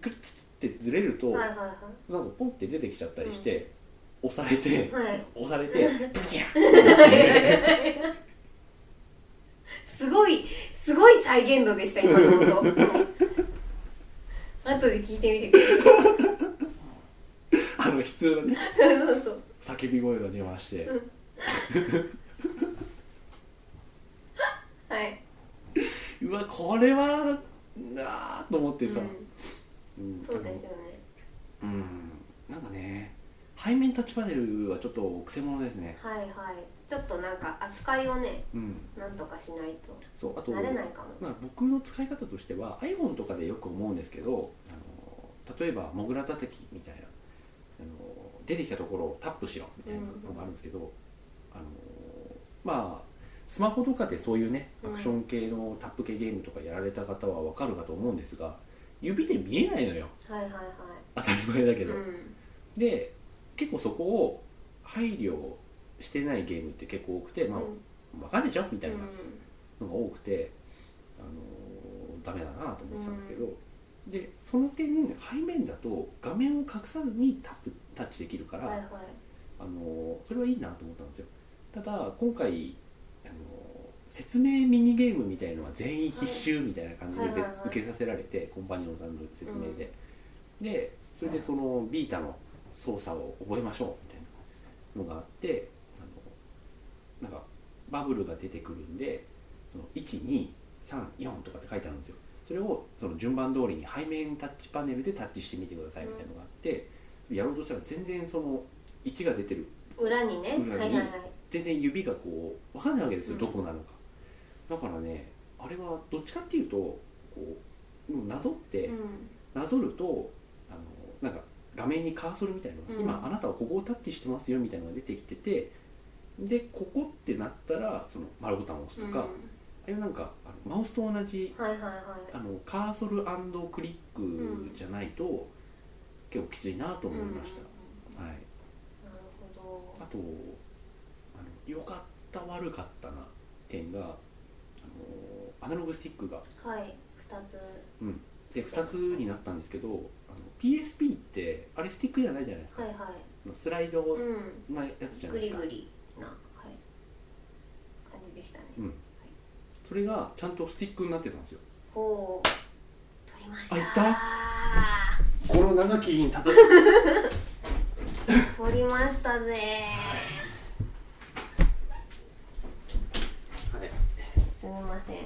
B: グッてずれると、
A: はい
B: なん
A: は
B: か
A: いは
B: ポンって出てきちゃったりして、押されて
A: いはい
B: 押されてブキャン
A: すごいすごい再現度でした今のこと後で聞いてみてくだ
B: あの悲痛なね
A: さいそうそう
B: 叫び声が出まして、
A: うんはい、
B: うわこれはなあと思ってさ、うん
A: そうですよね
B: うんなんかね背面タッチパネルはちょっとくせ者ですね
A: はいはいちょっとなんか扱いをね
B: うん
A: なんとかしないと
B: そうあと
A: 慣れないかも
B: まあ、僕の使い方としては iPhone とかでよく思うんですけどあの例えばモグラたたきみたいなあの出てきたところをタップしろみたいなのがあるんですけど、あのまあスマホとかでそういうねアクション系のタップ系ゲームとかやられた方はわかるかと思うんですが指で見えないのよ
A: はいはいは
B: 当たり前だ
A: い
B: けど、
A: うん
B: で結構そこを配慮してないゲームって結構多くて、まあ
A: うん
B: わかんないでしょみたいな
A: うん
B: のが多くて、あのーダメだなと思ってたんですけど、でその点背面だと画面を隠さずにタップタッチできるから、
A: はいはい
B: あのーそれはいいなと思ったんですよただ今回、あのー説明ミニゲームみたいのは全員必修みたいな感じで
A: はいはい
B: 受
A: はいはい
B: けさせられて、コンパニオンさんの説明で、でそれでそのビータの操作を覚えましょうみたいなのがあってあのなんかバブルが出てくるんでその1234とかって書いてあるんですよそれをその順番通りに背面タッチパネルでタッチしてみてくださいみたいなのがあって、やろうとしたら全然その1が出てる
A: 裏にね
B: 裏に
A: はいはいはい
B: 全然指がこう分かんないわけですよ、
A: うん
B: どこなのかだからねあれはどっちかっていうとこうもうなぞって、
A: うん
B: なぞるとあのなんか画面にカーソルみたいなのが、
A: うん
B: 今あなたはここをタッチしてますよみたいなのが出てきててでここってなったらその丸ボタンを押すとか、あれはなんかあのマウスと同じ
A: うんはいはいは
B: あのカーソルクリックじゃないと、結構きついなと
A: い
B: 思いました、
A: うん
B: はい、
A: なるほ
B: あとあの良かった悪かったな点があのアナログスティックが
A: どはい二つ
B: で2つになったんですけどあの PSP ってあれスティックじゃないじゃないですか、
A: はいはい
B: あのスライド
A: うん
B: なやつじゃな
A: グ
B: いで
A: リ
B: すか
A: グリな、はい、感じでしたね、
B: うんそれがちゃんとスティックになってたんですよ
A: ほう取りました
B: この長きに立たせ
A: 取りましたぜ
B: はい
A: すみません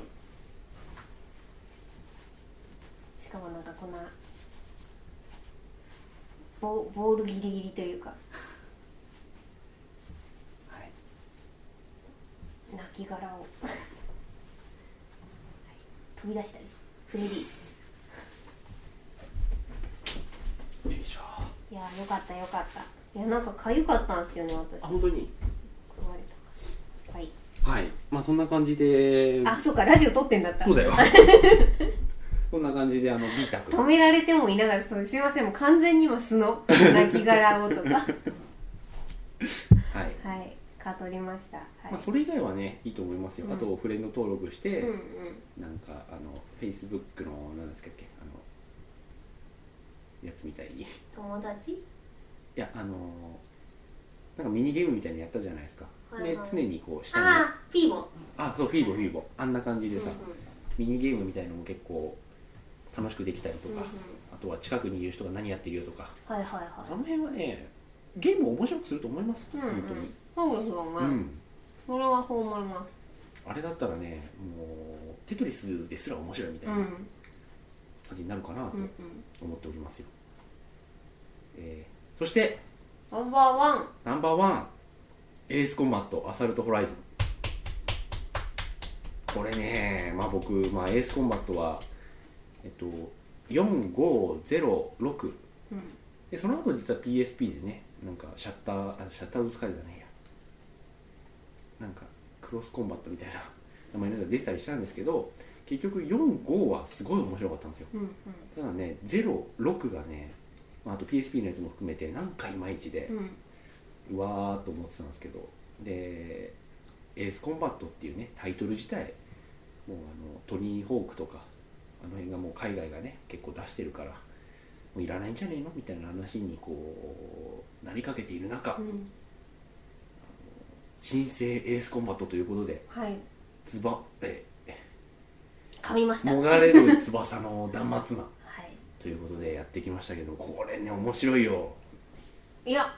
A: しかもなんかこんなボボールギリギリというか
B: はい
A: 泣き殻を、はい飛び出したりして無理
B: よいしょあ
A: いやよかったよかったいやなんかかゆかったんですよね私食
B: 本当に
A: われたからはい
B: はいまあそんな感じで
A: あそうかラジオ撮ってんだった
B: そうだ よこんな感じであのビータ君
A: 止められてもいながらそうすいませんもう完全に今素 の泣き殻をとか
B: はい
A: はいか取りましたはい
B: まあ、それ以外はねいいと思いますよ、
A: うん
B: あとフレンド登録して、
A: うんうん
B: なんかあのフェイスブックの何ですかっけあのやつみたいにい
A: 友達
B: やあのなんかミニゲームみたいにやったじゃないですか、
A: はいはい
B: で常にこう下にあ
A: ああピーボ
B: そうフィーボフィーボあんな感じでさ、
A: う
B: ミニゲームみたいのも結構楽しくできたりと
A: んうんうん
B: か、あとは近くにいる人が何やってるよとか
A: はいはいは
B: あの辺はねゲームを面白くすると思います、
A: いうん
B: 本当に、
A: うんそうですよ
B: う
A: ね、
B: ん、
A: それはそう思いま
B: あれだったらねもうテトリスですら面白いみた
A: す
B: いうなん感じになるかなと
A: うんうん
B: 思っておりますよ、えーそして
A: ナンバーワン
B: ナンバーワンエースコンバットアサルトホライズンこれねまあ僕、まあ、エースコンバットはえっと4506
A: うん
B: でその後実は PSP でねなんかシャッターあシャッターズスカイじゃないやなんかクロスコンバットみたいな名前のやつが出てたりしたんですけど結局45はすごい面白かったんですよ
A: うん
B: ただね06がね、まあ、あと PSP のやつも含めてなんかいまいちで
A: うんうん
B: うわーっと思ってたんですけどで「エースコンバット」っていうねタイトル自体もうあのトニー・ホークとかあの辺がもう海外がね結構出してるからもういらないんじゃねえのみたいな話にこうなりかけている中
A: うん
B: 新生エースコンバットということで
A: はい
B: つばえ
A: 噛みました
B: も
A: はい
B: がれる翼の断末魔ということでやってきましたけどこれね面白いよ
A: いや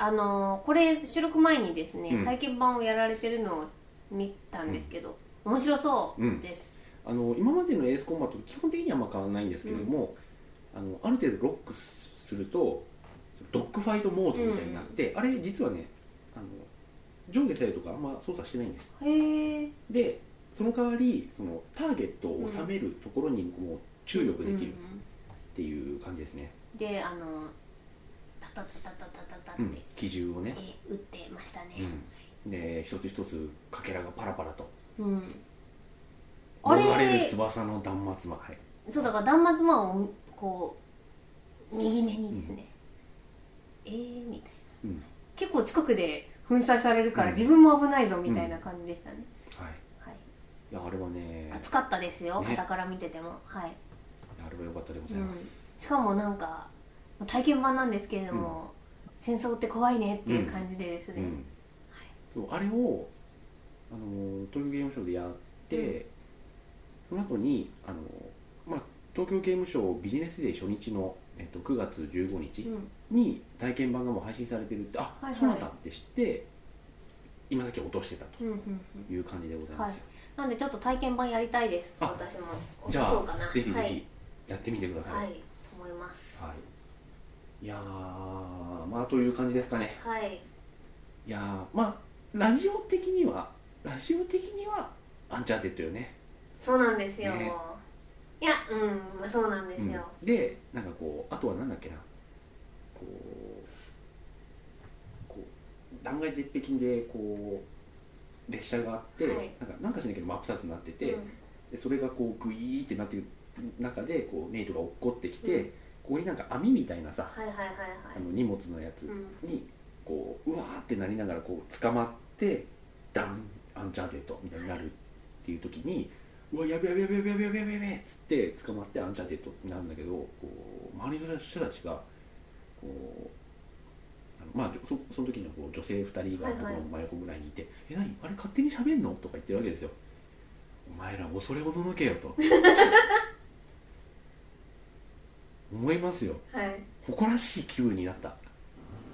A: あのーこれ収録前にですね、
B: うん
A: 体験版をやられてるのを見たんですけど、面白そうです、
B: あの今までのエースコンバットと基本的にはあんま変わらないんですけれども、あのある程度ロックするとドッグファイトモードみたいになって、あれ実はねあの上下左右とかあんま操作してないんです
A: へえ
B: でその代わりそのターゲットを収めるところにもう注力できるっていう感じですね、
A: であのータタタタタタタタって、
B: うん機銃をね、
A: えー打ってましたね、
B: うん、で一つ一つかけらがパラパラと
A: うんあれ
B: 逃れる翼の断末魔はい
A: そうだから断末魔をこう右目にですね、えーみたいな、
B: うん
A: 結構近くで粉砕されるから
B: うん
A: 自分も危ないぞみたいな感じでしたね、
B: はい
A: はい
B: いやあれはね
A: 暑かったですよ
B: ね
A: 傍から見てても、はい
B: あれは良かったでございます、
A: しかもなんか体験版なんですけれども、戦争って怖いねっていう感じでですね、
B: うんそうあれをあの東京ゲームショウでやって、その後にあの、まあ、東京ゲームショウビジネスデー初日の、えっと、9月15
A: う
B: 日
A: ん
B: に体験版がもう配信されてるってあ、
A: はいはい
B: そうなんだって知って今さっき落としてたと
A: うんうんうん
B: いう感じでございますよ、
A: なんでちょっと体験版やりたいです
B: あ
A: 私も
B: じゃ
A: そうかな
B: あぜひ
A: は
B: ぜ
A: い、
B: ひやってみてください、
A: はい、思います
B: はい、いやーまあという感じですかね
A: はい
B: いやーまあラジオ的にはラジオ的にはアンチャーテッドよね
A: そうなんですよ、
B: ね
A: いやうんまあそうなんですよ、
B: うんでなんかこうあとはなんだっけなこうこう断崖絶壁でこう列車があって、
A: はい
B: なんかなんかしないけど真っ二つになってて、
A: うん
B: でそれがこうグイーってなってる中でこうネイトが落っこってきて、
A: うん
B: ここになんか網みたいなさ、
A: はいはいはいは
B: あの荷物のや
A: い、う
B: つ
A: ん、
B: にこううわーってなりながらこう捕まってダンアンチャーテッドみたいになるっていう時にうわやべやべやべやべやべやべやべやべっつって捕まってアンチャーテッドってなるんだけどこう周りの人たちがこうあのまあそその時のこう女性2人が
A: はいはい
B: 僕の真横ぐらいにいて「え何あれ勝手に喋んの?」とか言ってるわけですよ。お前ら恐れおののけよと思いますよ。
A: はい
B: 誇らしい気分になった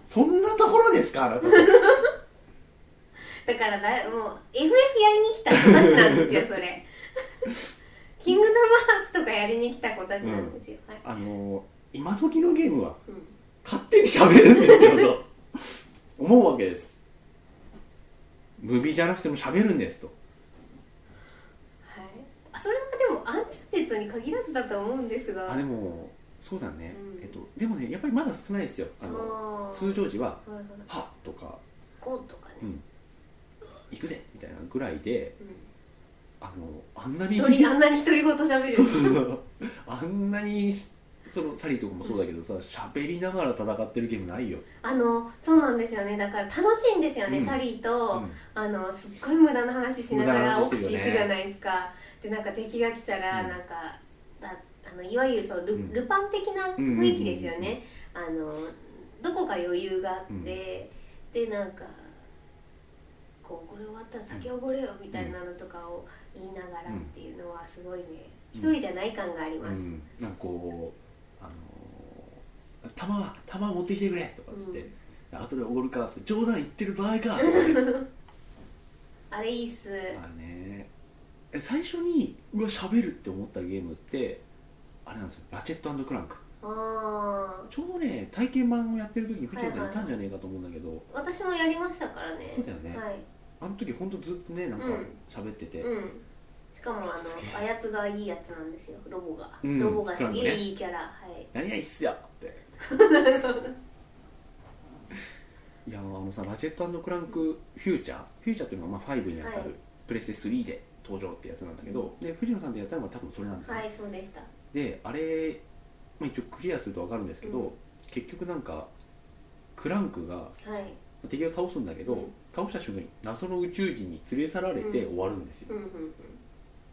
B: そんなところですかあなた
A: だからだもう FF やりに来た子たちなんですよそれキングダムハーツとかやりに来た子たちなんですよ、はい、
B: あのー今時のゲームは
A: うん
B: 勝手に喋るんですよと思うわけですムービーじゃなくても喋るんですと
A: はいあそれはでもアンチャーテッドトに限らずだと思うんですが
B: あでもそうだね、
A: うん
B: えっと、でもねやっぱりまだ少ないですよあの
A: あー
B: 通常時は
A: はいはい
B: 「は」とか
A: こうとかね、
B: うん「行くぜ」みたいなぐらいで
A: う
B: あのあんなに
A: ん、鳥あんなに独り言喋
B: そう
A: る
B: あんなにそのサリーとかもそうだけどさ喋りながら戦ってるゲームないよ、
A: あのそうなんですよねだから楽しいんですよね、
B: うん
A: サリー
B: う
A: と、
B: ん
A: あのすっごい無駄な話しながら
B: 無駄な
A: 奥
B: 話し
A: 地
B: てるよね
A: 行くじゃないですかでなんか敵が来たら
B: うん
A: なんか、だあのいわゆるそうル,、
B: うん
A: ルパン的な雰囲気ですよね、あのどこか余裕があって、でなんかこうこれ終わったら酒おごれよみたいなのとかを言いながらっていうのはすごいね
B: うん
A: 一、人じゃない感があり
B: う
A: ます、
B: ん、なんかこう「あのー玉は玉持ってきてくれ」とかっつって「後でおごるか」っつって「冗談言ってる場合 か」
A: あれいいっす、
B: まあねえ最初にうわ喋るって思ったゲームってあれなんですよラチェットクランク
A: ああ
B: ちょうどね体験版をやってる時に藤田さんいたんじゃねえかと思うんだけど、
A: 私もやりましたからね
B: そうだよね
A: はい
B: あの時ほんとずっとねなんか
A: うん
B: 喋ってて、
A: うん、しかもあの
B: すげえ
A: あやつがいいやつなんですよロボが、
B: うん
A: ロボがす
B: ク
A: げ
B: ラ
A: え
B: ムね
A: いいキャラ、はい
B: 何がいいっすよって いやあのさラチェットクランクフューチャーフューチャーっていうのがまあ5にあたる、
A: はい
B: プレステ3で登場ってやつなんだけどで藤野さんでやったのが多分それなんだよね、
A: はいそうでした
B: であれ、まあ、一応クリアすると分かるんですけど、
A: うん
B: 結局なんかクランクが
A: はい
B: 敵を倒すんだけど、
A: うん
B: 倒した瞬間に謎の宇宙人に連れ去られて
A: うん
B: 終わるんですよ、
A: うんうんうん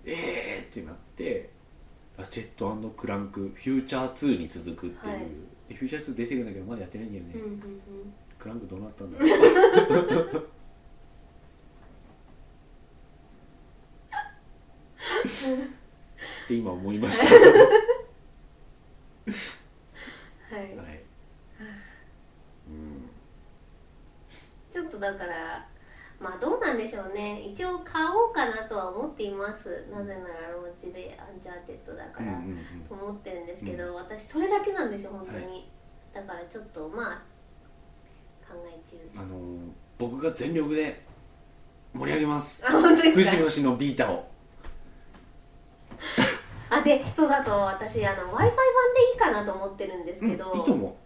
B: えーってなってラチェットクランクフューチャー2に続くっていう、
A: はい
B: でフューチャー2出てるんだけどまだやってないんだよね、
A: うんうん
B: クランクどうなったんだろう って今思いま した、
A: うんはい
B: はいうん
A: ちょっとだからまあどうなんでしょうね一応買おうかなとは思っていますなぜならローンチでアンチャーテッドだか
B: うん
A: ら、
B: うんうん
A: と思ってるんですけど、
B: う
A: 私それだけなんですよ本当に、
B: は
A: だからちょっとまあ考え中
B: あのー僕が全力で盛り上げます
A: あ本当ですか
B: 藤野氏のビータを
A: あでそうだと私あの w i f i 版でいいかなと思ってるんです
B: うんいい
A: けど、
B: と思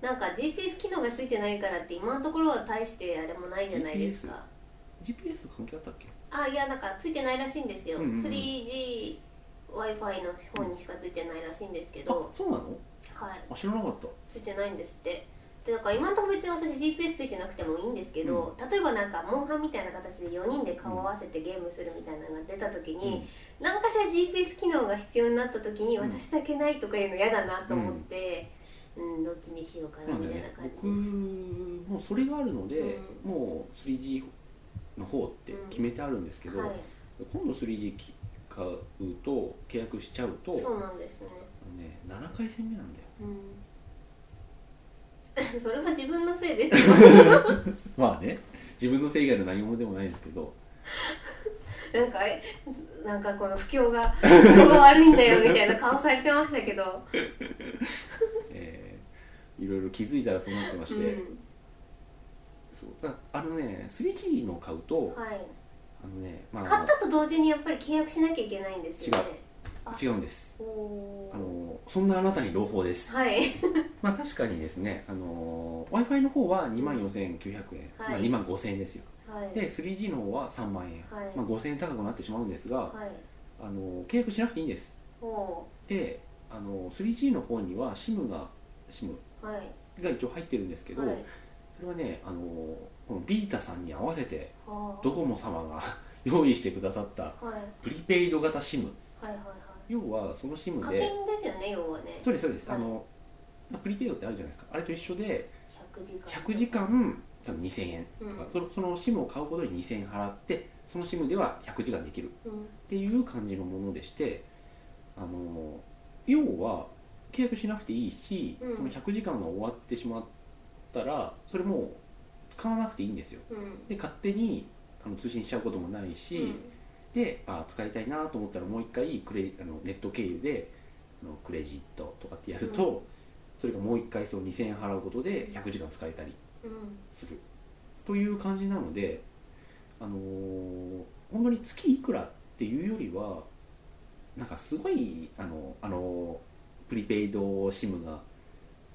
A: なんか GPS 機能がついてないからって今のところは大してあれもないじゃないですか、
B: う GPS と関係あったっけ
A: あいやなんかついてないらしいんですよ、
B: うんうんうん
A: 3GWi-Fi の方にしかついてないらしいんですけ
B: あ
A: ど、
B: そうなの
A: はい
B: あ知らなかった
A: ついてないんですってでだから今のところ別に私 GPS ついてなくてもいいんですけど、例えばなんかモンハンみたいな形で4人で顔を合わせてゲームするみたいなのが出た時に、何かしら GPS 機能が必要になった時に
B: うん
A: 私だけないとかいうの嫌だなと思って、うんどっちにしようか
B: な
A: なんみ
B: で
A: たい
B: ね
A: な感じ
B: 僕もうそれがあるので、
A: う
B: もう 3G の方って決めてあるんですけど、
A: はい、
B: 今度 3G 買うと契約しちゃうと
A: そうなんですね、
B: あのね、7回戦目なんだよ
A: うん、 それは自分のせいですよ
B: まあね自分のせい以外の何者でもないですけど
A: なんかえなんかこの不況が 不況が悪いんだよみたいな顔されてましたけど、
B: えーいろいろ気づいたらそうなってま
A: う
B: して、
A: ん、
B: そうああのね 3G の買うと
A: はい
B: あのね、ま
A: 買っ
B: あ、
A: たと同時にやっぱり契約しなきゃいけないんですよね
B: 違うんです
A: おお
B: あ
A: ー
B: のそんなあなたに朗報です、
A: はい
B: まあ、確かにですね、あの w i f i の方は2万4900円、
A: はい
B: まあ、2万5000円ですよ
A: はい
B: で 3G の方は3万円、
A: はい
B: まあ、5000円高くなってしまうんですが、
A: はい
B: あの契約しなくていいんです
A: おお
B: であの 3G の方には SIM が SIM
A: ーはい
B: が一応入ってるんですけど、
A: はい
B: それはねあのこのビータさんに合わせて
A: あー
B: ドコモ様が 用意してくださった
A: はいはい
B: プリペイド型 SIM
A: はいはい
B: 要はその SIM
A: 課金
B: で
A: ですよね要はね
B: そうですそうです、
A: はい
B: あのプリペイドってあるじゃないですかあれと一緒で
A: 100時間
B: 100時間多分2000円
A: うん
B: そのその SIM を買うことに2000円払ってその SIM では100時間できる
A: うん
B: っていう感じのものでしてあの要は契約しなくていいし、
A: うん
B: その100時間が終わってしまったらそれもう使わなくていいんですよ
A: うん
B: で勝手にあの通信しちゃうこともないし、であ使いたいなと思ったらもう一回クレあのネット経由であのクレジットとかってやると、それがもう一回その2000円払うことで100時間使えたり
A: うんうん
B: するという感じなので、あのー本当に月いくらっていうよりはなんかすごいあのあのプリペイド SIM が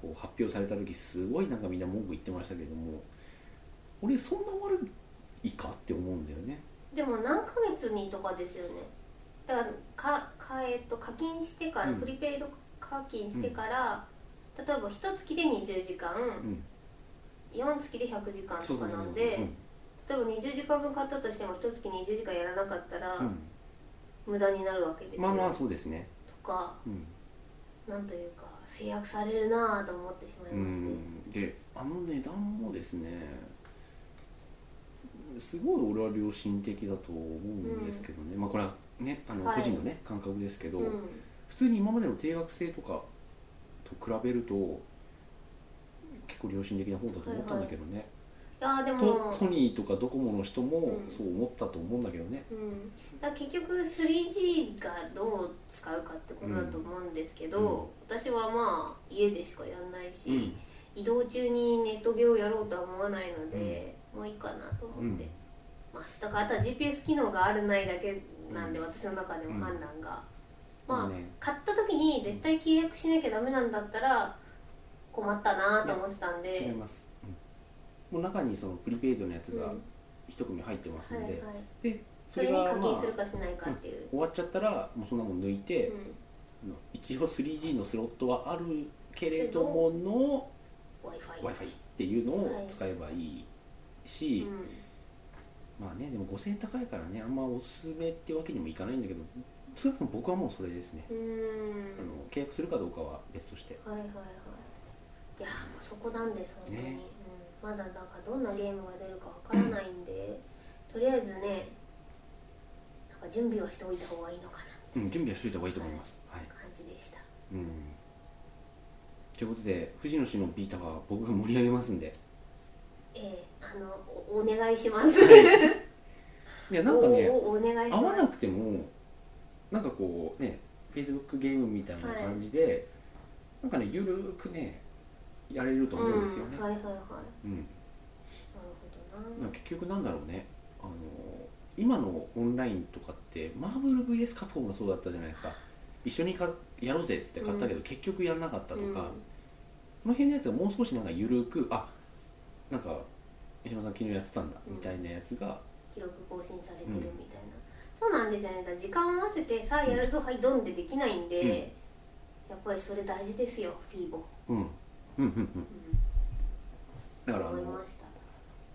B: こう発表された時すごいなんかみんな文句言ってましたけども俺そんな悪いかって思うんだよね
A: でも何ヶ月にとかですよねだからかか、えっと、課金してから、
B: うん
A: プリペイド課金してから、例えば1月で20時間、
B: ん
A: 4月で100時間と
B: そうそうそう
A: かな
B: そう
A: ので例えば20時間分買ったとしても1月20時間やらなかったら、
B: うん
A: 無駄になるわけです
B: うん
A: よ
B: まあまあそうですね
A: とか
B: うん
A: なんというか制約されるなぁと思ってしまいうまして、
B: んであの値段もですねすごい俺は良心的だと思うんですけどね、まあこれはねあの
A: はい
B: 個人のね、感覚ですけど、
A: うん
B: 普通に今までの定額制とかと比べると結構良心的な方だと思ったんだけどね、
A: いやーでも
B: とソニーとかドコモの人も
A: うん
B: そう思ったと思うんだけどね、
A: うん、だから結局 3G がどう使うかってことだと思うんですけど、私はまあ家でしかやんないし、移動中にネットゲをやろうとは思わないので、もういいかなと思って、
B: うん
A: ますだからあとは GPS 機能があるないだけなんで、
B: うん
A: 私の中でも判断が、まあ、
B: ね
A: 買った時に絶対契約しなきゃダメなんだったら困ったなと思ってたんで、
B: 違います、うんもう中にそのプリペイドのやつ
A: うん
B: が一組入ってます
A: はい
B: の
A: は
B: で、
A: い
B: そ
A: それ
B: れ
A: に
B: が
A: 課
B: ま
A: 金
B: あ
A: するかしないかっていう、
B: 終わっちゃったらもうそんなもん抜いうて、あ
A: ん
B: の一応 3G のスロットはあるけれどもの
A: w i
B: w i f i っていうのを使えばいいし、
A: うん
B: まあねでも5000円高いからねあんまおすすめってわけにもいかないんだけど少なくとも僕はもうそれですね、
A: う
B: あの
A: ん
B: 契約するかどうかは別として
A: はいはいはいいやーもうそこなんです本当に、
B: ね
A: うん、まだなんかどんなゲームが出るかわからないんでとりあえずねなんか準備はしておいた方がいいのかなっ
B: うん、準備はしといた方がいいと思います。はい
A: て。感じでした
B: うん。ということで、藤野氏のビータは僕が盛り上げますんで。
A: ええあのおお願いします、
B: い や、なんかね、
A: おおお願いしま
B: 合
A: す
B: わなくても、なんかこう、ね、Facebook ゲームみたいな感じで、なんかね、ゆるくね、やれると思うんですよね
A: うん、。はいはいはいなる
B: うん。
A: ほど
B: な
A: なん
B: か結局なんだろうね、あの、今のオンラインとかって、マーブル VS カプコンもそうだったじゃないですか。一緒にかやろうぜっつって買ったけど、結局やらなかったとか、この辺のやつはもう少しなんか緩くあなんか江島さん昨日やってたんだ
A: うん
B: みたいなやつが、
A: 記録更新されてるみたいな、そうなんですよねだから時間を合わせてさあやるぞ、はいドンでできないんで、
B: うん
A: やっぱりそれ大事ですよフィーボ、
B: うん、うんうんうん
A: うん、
B: だからあ
A: 思い
B: の
A: まし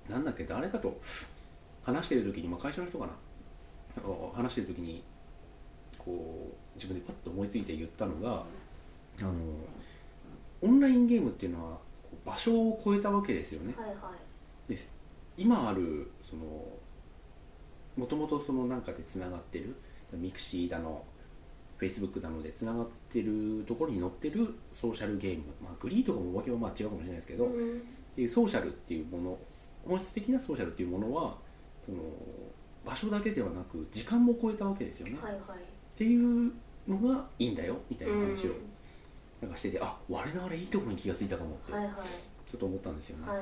A: た
B: なんだっけ誰かと話してる時に、まあ、会社の人かなあの話してる時にこう自分でパッと思いついて言ったのがあのオンラインゲームっていうのはこう場所を超えたわけですよね
A: はいはい
B: 今あるそのもともとそのなんかでつながってるミクシーだのフェイスブックだのでつながってるところに載ってるソーシャルゲーム、まあ、グリーとかもおまけはまあ違うかもしれないですけど、
A: うん
B: でソーシャルっていうもの本質的なソーシャルっていうものはその場所だけではなく時間も超えたわけですよね、
A: はいはい
B: っていうのがいいんだよみたいな話を
A: うん
B: なんかしてて、あ我ながらいいところに気がついたかもって
A: はいはい
B: ちょっと思ったんですよね、
A: はい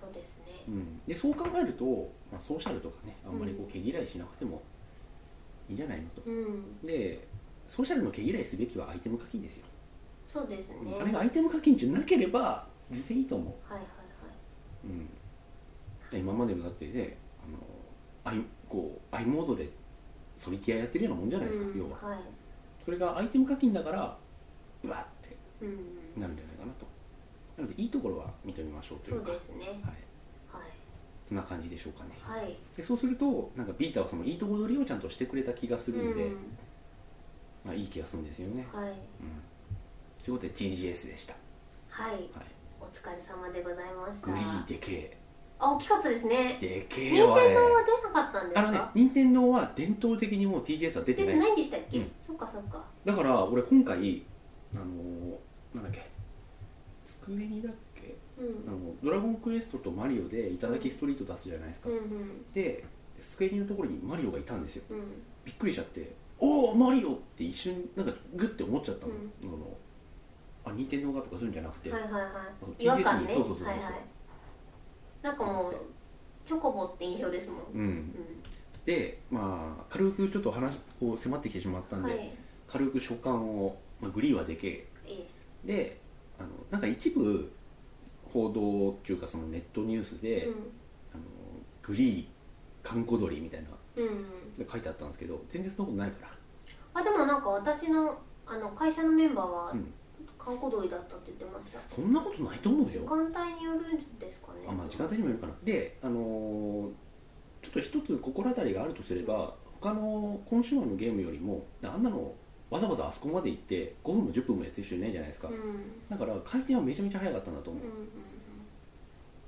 A: そうですね
B: うん、でそう考えると、まあ、ソーシャルとかねあんまりこう毛嫌いしなくてもいいんじゃないのと、
A: うん
B: でソーシャルの毛嫌いすべきはアイテム課金ですよ、
A: そうですね
B: うんあ
A: は
B: れ
A: い
B: がアイテム課金じゃなければ全然いいと思、
A: はいはいう
B: うん、で今までもだってねあのアイこうアイモードでソリティアやってるようなもんじゃないですか、
A: うん
B: 要は
A: はい
B: それがアイテム課金だからうわって
A: うん
B: なるんじゃないかなとなのでいいところは認めましょうというか
A: そうですね
B: はい、
A: は
B: そんな感じでしょうかね、
A: いはい
B: でそうするとなんかビータはそのいいとこ取りをちゃんとしてくれた気がするんで、
A: うん
B: まあ、いい気がするんですよね、
A: はい
B: うん、ということで GGS でした、
A: はい
B: はい、
A: お疲れ様でございました
B: グリーでけ
A: あ大きかったですね
B: えでけえ
A: 任天堂
B: わ
A: は
B: え
A: 出なかったんです
B: あ
A: か
B: のね任天堂は伝統的にもう TGS は出て
A: 出
B: な
A: て
B: い
A: ないんでしたっけ、
B: うん
A: そっかそっか
B: だから俺今回あのーなんだっけスクエニだっけ
A: うん
B: あのドラゴンクエストとマリオで「いただきストリート」出すじゃないですか、
A: うんうん
B: でスクエニのところにマリオがいたんですよ
A: うん
B: びっくりしちゃって「おおマリオ!」って一瞬なんかグッて思っちゃったの,、
A: うん
B: あのあ任天堂がとかするんじゃなくて、
A: はいはいはい
B: の
A: 違和感ね
B: TGS にそうそうそうそう
A: はいはいなんかもうチョコボって印象ですもん、
B: うん
A: う
B: でまあ軽くちょっと話こう迫ってきてしまった
A: ん
B: んで、
A: はい
B: 軽く書簡を、まあ、グリーはでけえ
A: え
B: であのなんか一部報道っていうかそのネットニュース
A: え
B: で、あのグリーかんこ鳥みたいな
A: うん、うん、
B: 書いてあったんですけど全然そんなことないから
A: あでもなんか私のあの会社のメンバーは
B: うん
A: 観光鳥だったって言ってました、
B: そんなことないと思うんです
A: 時
B: よ
A: 間帯によるんですかね
B: あまあ時間帯にもよるかなであのーちょっと一つ心当たりがあるとすれば他のコンシューマーのゲームよりもあんなのわざわざあそこまで行って5分も10分もやってる人いないじゃないですか、
A: うんうん
B: だから回転はめちゃめちゃ早かったんだと思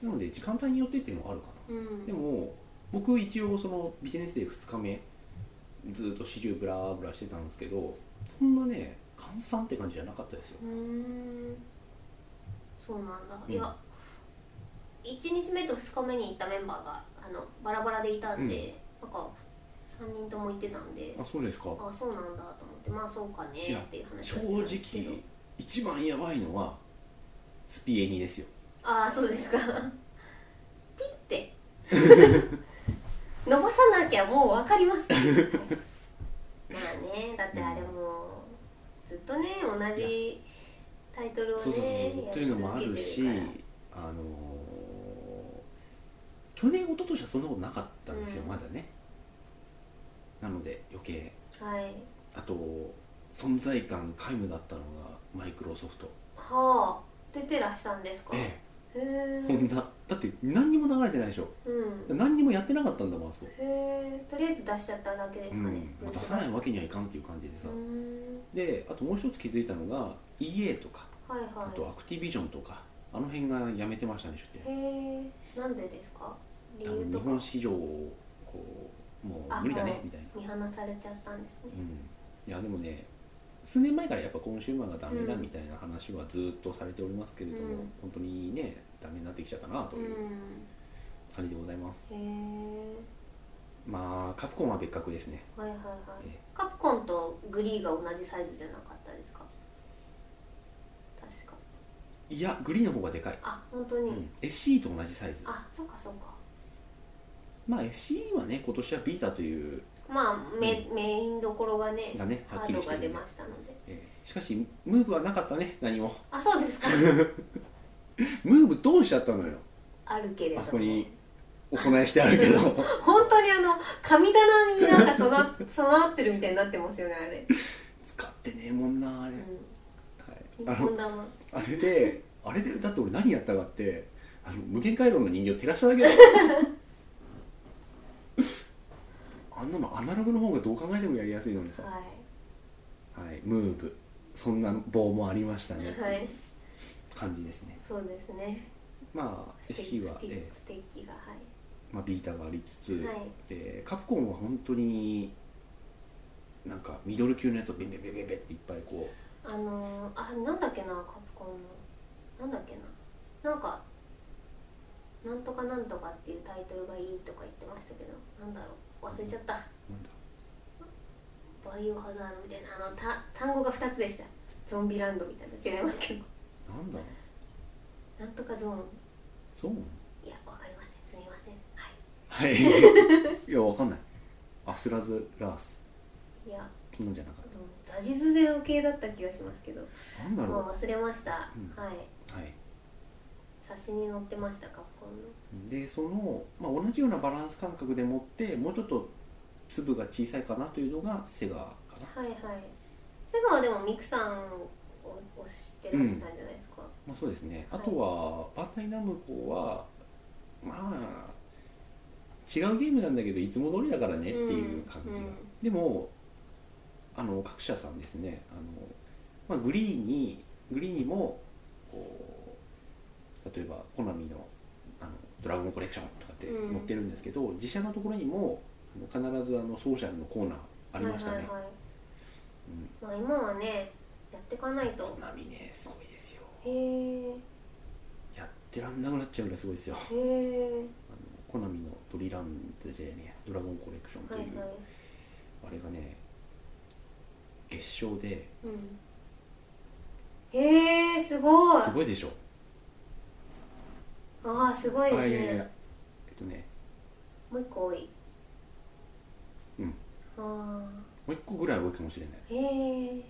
B: うなので時間帯によってっていうのはあるかな
A: うんうん
B: でも僕一応そのビジネスデー2日目ずっと始終ブラブラしてたんですけどそんなね閑散って感じじゃなかったですよ
A: うーんそうなんだ、
B: うん
A: いや1日目と2日目に行ったメンバーがあのバラバラでいたんで、なんか3人とも行ってたんで
B: あそうですか
A: あそうなんだと思ってまあそうか
B: い
A: ね
B: や
A: っていう話
B: 正
A: をしてたんですけど
B: 直一番やばいのはスピエニですよ
A: ああそうですかピッ て伸ばさなきゃもう分かりますまあねだってあれもずっとね同じタイトルをね
B: そうそうそうというのもあるし
A: やり続けてるから
B: あのー去年一昨年はそんなことなかったんですよ、
A: うん
B: まだねなので余計
A: はい。
B: あと存在感皆無だったのがマイクロソフト
A: はあ、出てらしたんですか。
B: え
A: へ
B: え
A: え。
B: こんなだって何にも流れてないでしょ
A: うん。へ
B: 何にもやってなかったんだもんあそこ、
A: え。とりあえず出しちゃっただけです
B: う
A: かね
B: ん。まあ、出さないわけにはいかんっていう感じで
A: う
B: さ、
A: ーん。
B: であともう一つ気づいたのが EA とか
A: はい
B: あ
A: は
B: とアクティビジョンとかあの辺がやめてましたね出
A: い。
B: 店
A: へえ。なんでですか。理
B: 多分
A: 由
B: 日
A: と
B: 本
A: か。
B: 市場をこうも
A: あ
B: う無理だ
A: は
B: ね
A: い
B: みたいな、
A: 見放されちゃったんですね。
B: うん、いやでもね数年前からやっぱコンシューマーがダメだ
A: うん
B: みたいな話はずっとされておりますけれども、
A: うん
B: 本当にねダメになってきちゃったなと
A: う。
B: いうん感じでございます、
A: へえ。
B: まあカプコンは別格ですね
A: はいはいはい
B: え。
A: カプコンとグリーが同じサイズじゃなかったですか。確か。
B: いやグリーンの方がでかい、
A: あ、本当
B: う
A: に。
B: ん、SE と同じサイズ
A: あ、そうかそうか。
B: まあ SE はね今年はビータという
A: まあメメインどころがね
B: が。ねは
A: ハ
B: っ
A: ー
B: き
A: ド
B: りしてる
A: が出
B: んで
A: ましたので。
B: ええしかしムーブはなかったね何も
A: あそうですか
B: ムーブどうしちゃったのよ
A: あるけれど
B: あ
A: も
B: そこにお供えしてあるけど
A: 本当にあの神棚になんか備わ 備わってるみたいになってますよねあれ、
B: 使ってねえもんなあれ、
A: う
B: はい、あ
A: ん、ピン
B: の
A: ポン玉
B: あれで、あれで、だって俺何やったかって、あの無限回廊の人形照らしただけ だよ。あんなのアナログの方がどう考えてもやりやすいのにさ、は、
A: はい
B: ムーブ、そんな棒もありましたね、
A: い、はい、
B: 感じですね。
A: そうですね
B: まあ、
A: ステー
B: SC
A: キ
B: は、
A: ステー
B: え
A: キステーキがは
B: ーまあ、ビータがありつつ、
A: い、はい、
B: でカプコンは本当に、なんかミドル級のやつをベンベンベンベンベンっていっぱいこ
A: あのー、あなんだっけなカプコンのなんだっけななんかなんとかなんとかっていうタイトルがいいとか言ってましたけどなんだろう忘れちゃった
B: う、なんだ
A: バイオハザードみたいなあのた単語が2つでしたゾンビランドみたいな違いますけど
B: なんだ
A: なんとかゾーン
B: そう
A: いやわかりませんすみませんは
B: はい。 いや、わかんない。アスラズ・ラース。
A: いいや
B: そんなんじゃなかっ
A: でもザジズゼロ系だった気がしますけど
B: た。なんだろう。
A: もう忘れました、
B: うん
A: はい
B: はい。冊
A: 冊子に載ってましたカプコンの
B: で、その、まあ、同じようなバランス感覚でもって、もうちょっと粒が小さいかなというのがセガかな。
A: はいはい瀬川でもミクさんを推してらしたんじゃないですか、
B: まあ、そうですね。
A: は
B: あ
A: い
B: とは、バンダイナムコは、まあ、違うゲームなんだけど、いつも通りだからねっていう感じが。
A: うんうん
B: でも、あの、各社さんですね、あの、まあ、グリーンに、グリーンにも、こう、例えば、コナミの、あの、ドラゴンコレクションとかって
A: うん
B: 載ってるんですけど、自社のところにも、あの必ずあのソーシャルのコーナーありましたね。
A: はいはいはい
B: うん
A: まあ今はねやっていかないと
B: コナミね、すごいですよ。
A: へえへ
B: やってらんなくなっちゃうぐらいすごいですよ。
A: え
B: あのコナミのドリランドじゃねえやドラゴンコレクションと、
A: はいいうはい
B: あれがね月賞で
A: うんへえすごい
B: すごいでしょ
A: ああすごいです
B: あ
A: ね
B: いやいやいやえっとね
A: もう一個多い
B: うん
A: ああ
B: もう一個ぐらい多いかもしれない
A: へえ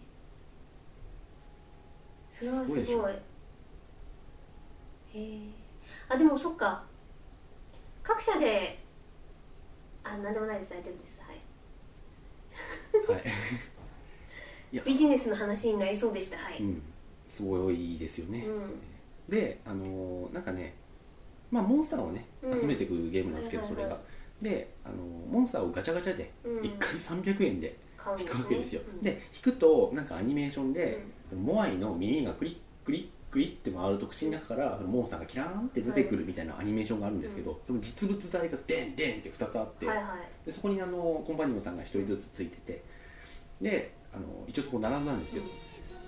A: それはす
B: すごいでしょ
A: ごいへえあでもそっか各社であなんでもないです大丈夫ですはい
B: は い、、
A: ビジネスの話になりそうでしたはいう
B: ん、すごいですよね、
A: うん
B: であのーなんかねまあモンスターをね
A: うん
B: 集めていくゲームなんですけど、
A: はい
B: そ
A: はい
B: れ
A: はい
B: がであのーモンスターをガチャガチャで
A: うん、
B: 1回300円で
A: 買うん
B: 引くわけですよ、
A: うん、
B: で引くとなんかアニメーション
A: う
B: で、
A: ん
B: モアイの耳がクリックリックリッって回ると口の中からモンスターがキラーンって出てくるみたいなアニメーションがあるんですけど、その実物大がデンデンって2つあって、
A: はいはい
B: でそこにあのコンパニオンさんが1人ずつついててであの一応そこ並んだんですよ、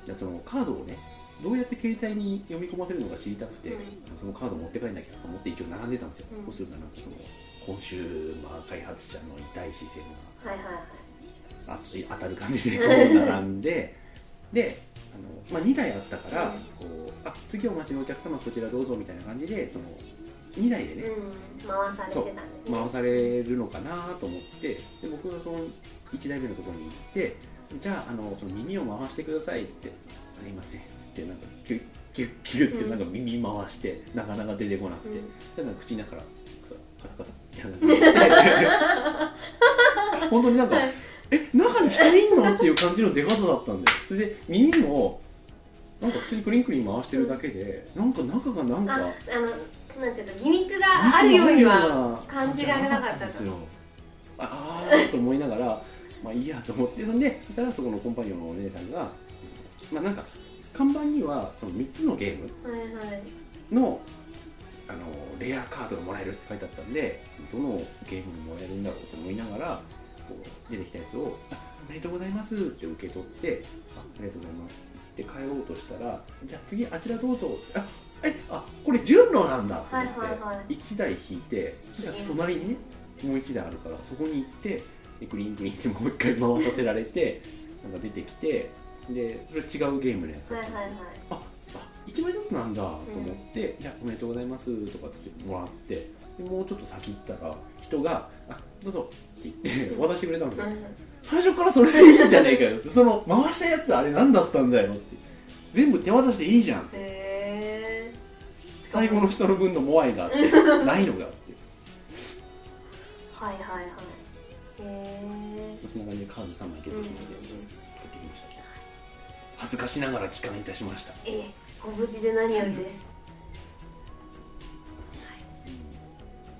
B: でそのカードをねどうやって携帯に読み込ませるのか知りたくて、
A: うん
B: そのカード持って帰んなきゃと思って一応並んでたんですよ、
A: うん
B: そうするとなんかそのコンシューマー開発者の痛い視線
A: うん、はいはいはい
B: があ当たる感じでこう 並んでであの、まあ、2台あったから、
A: う
B: こ
A: ん
B: うあ次お待ちのお客様こちらどうぞみたいな感じでその2台でね、
A: うん、回されてたんですね
B: 回されるのかなと思ってで僕がその1台目のところに行ってじゃああのその耳を回してくださいっつって「ありません」ってなんかキュッキュッキュッってなんか耳回して、なかなか出てこなくて、でなんか口の中からカサカサカサってなんか本当になんか「え中に人いんの?」っていう感じの出方だったんだよそれで耳もなんか普通にクリンクリン回してるだけで、なんか中がなん
A: ああ
B: か
A: のなんていうのギミックがあるようには感じられなかった
B: んですよああと思いながら まあいいやと思ってそんでそしたらそこのコンパニオンのお姉さんがまあなんか看板にはその3つのゲーム
A: はいはい
B: のあのレアカードがもらえるって書いてあったんでどのゲームもらえるんだろうと思いながらこう出てきたやつを「あおめでとうございます」って受け取って「あありがとうございます」って帰ろうとしたら「じゃあ次あちらどうぞ」って「あえあこれ順路なんだ」と
A: は
B: 思っ
A: い
B: て、
A: はいはい
B: 1台引いてそしたら隣にねもう1台あるからそこに行ってでグリングリンってもう1回回させられてなんか出てきてでそれ違うゲームのやつだ
A: は
B: っ
A: い
B: たんですよ
A: はいはい
B: ああ1枚ずつなんだと思って、じゃあおめでとうございますとかつってもらってでもうちょっと先行ったら人が「あどうぞ」って言って
A: うん
B: 渡してくれたんですよ、
A: はい
B: 最初からそれでいいじゃねえかよってその回したやつあれ何だったんだよって全部手渡していいじゃん
A: へー
B: 最後の人の分のモアイがあってないのがって
A: はいはいはいへ
B: そんな感じでカード3枚ゲットしましたけど、帰ってき
A: うん
B: ました恥ずかしながら帰還いたしました
A: ええご無事で何よりです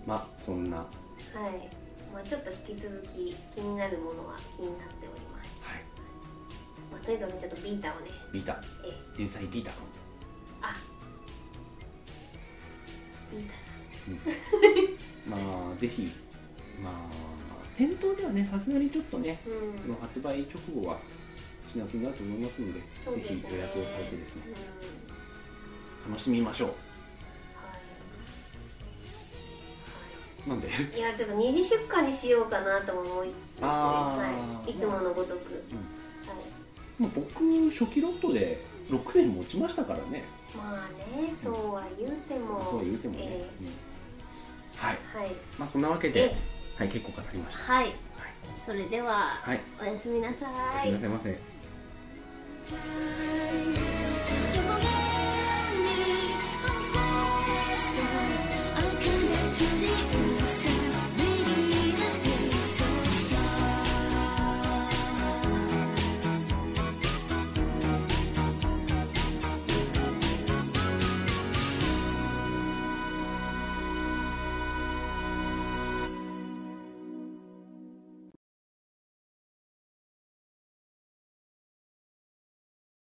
B: まあそんなはい
A: はいまあちょっと引き続き気になるものは気になっておりますまあとにかくちょっとビータをね
B: ビータ
A: ええ
B: 天才ビータ
A: あビータ
B: まあぜひまあ店頭ではねさすがにちょっとね
A: う
B: この
A: ん
B: 発売直後は品薄になると思いますので
A: そうです
B: ぜ
A: ね
B: ひ予約をされてですね
A: うん
B: 楽しみましょ
A: は
B: うなん で
A: い、いやちょっと二次出荷にしようかなとも思いつつ、ね
B: あ
A: は
B: ー
A: い、いつものごとく、
B: うん
A: はい、
B: まあ僕初期ロットで6年持ちましたからね
A: まあねそうは言うても、
B: そうは言うてもね、
A: え
B: うんはい
A: えはい、
B: まあそんなわけ
A: え
B: で、はい、結構語りました
A: はい、
B: は
A: それでは、
B: い、
A: おやすみなさ
B: はい、すみませんません
C: 「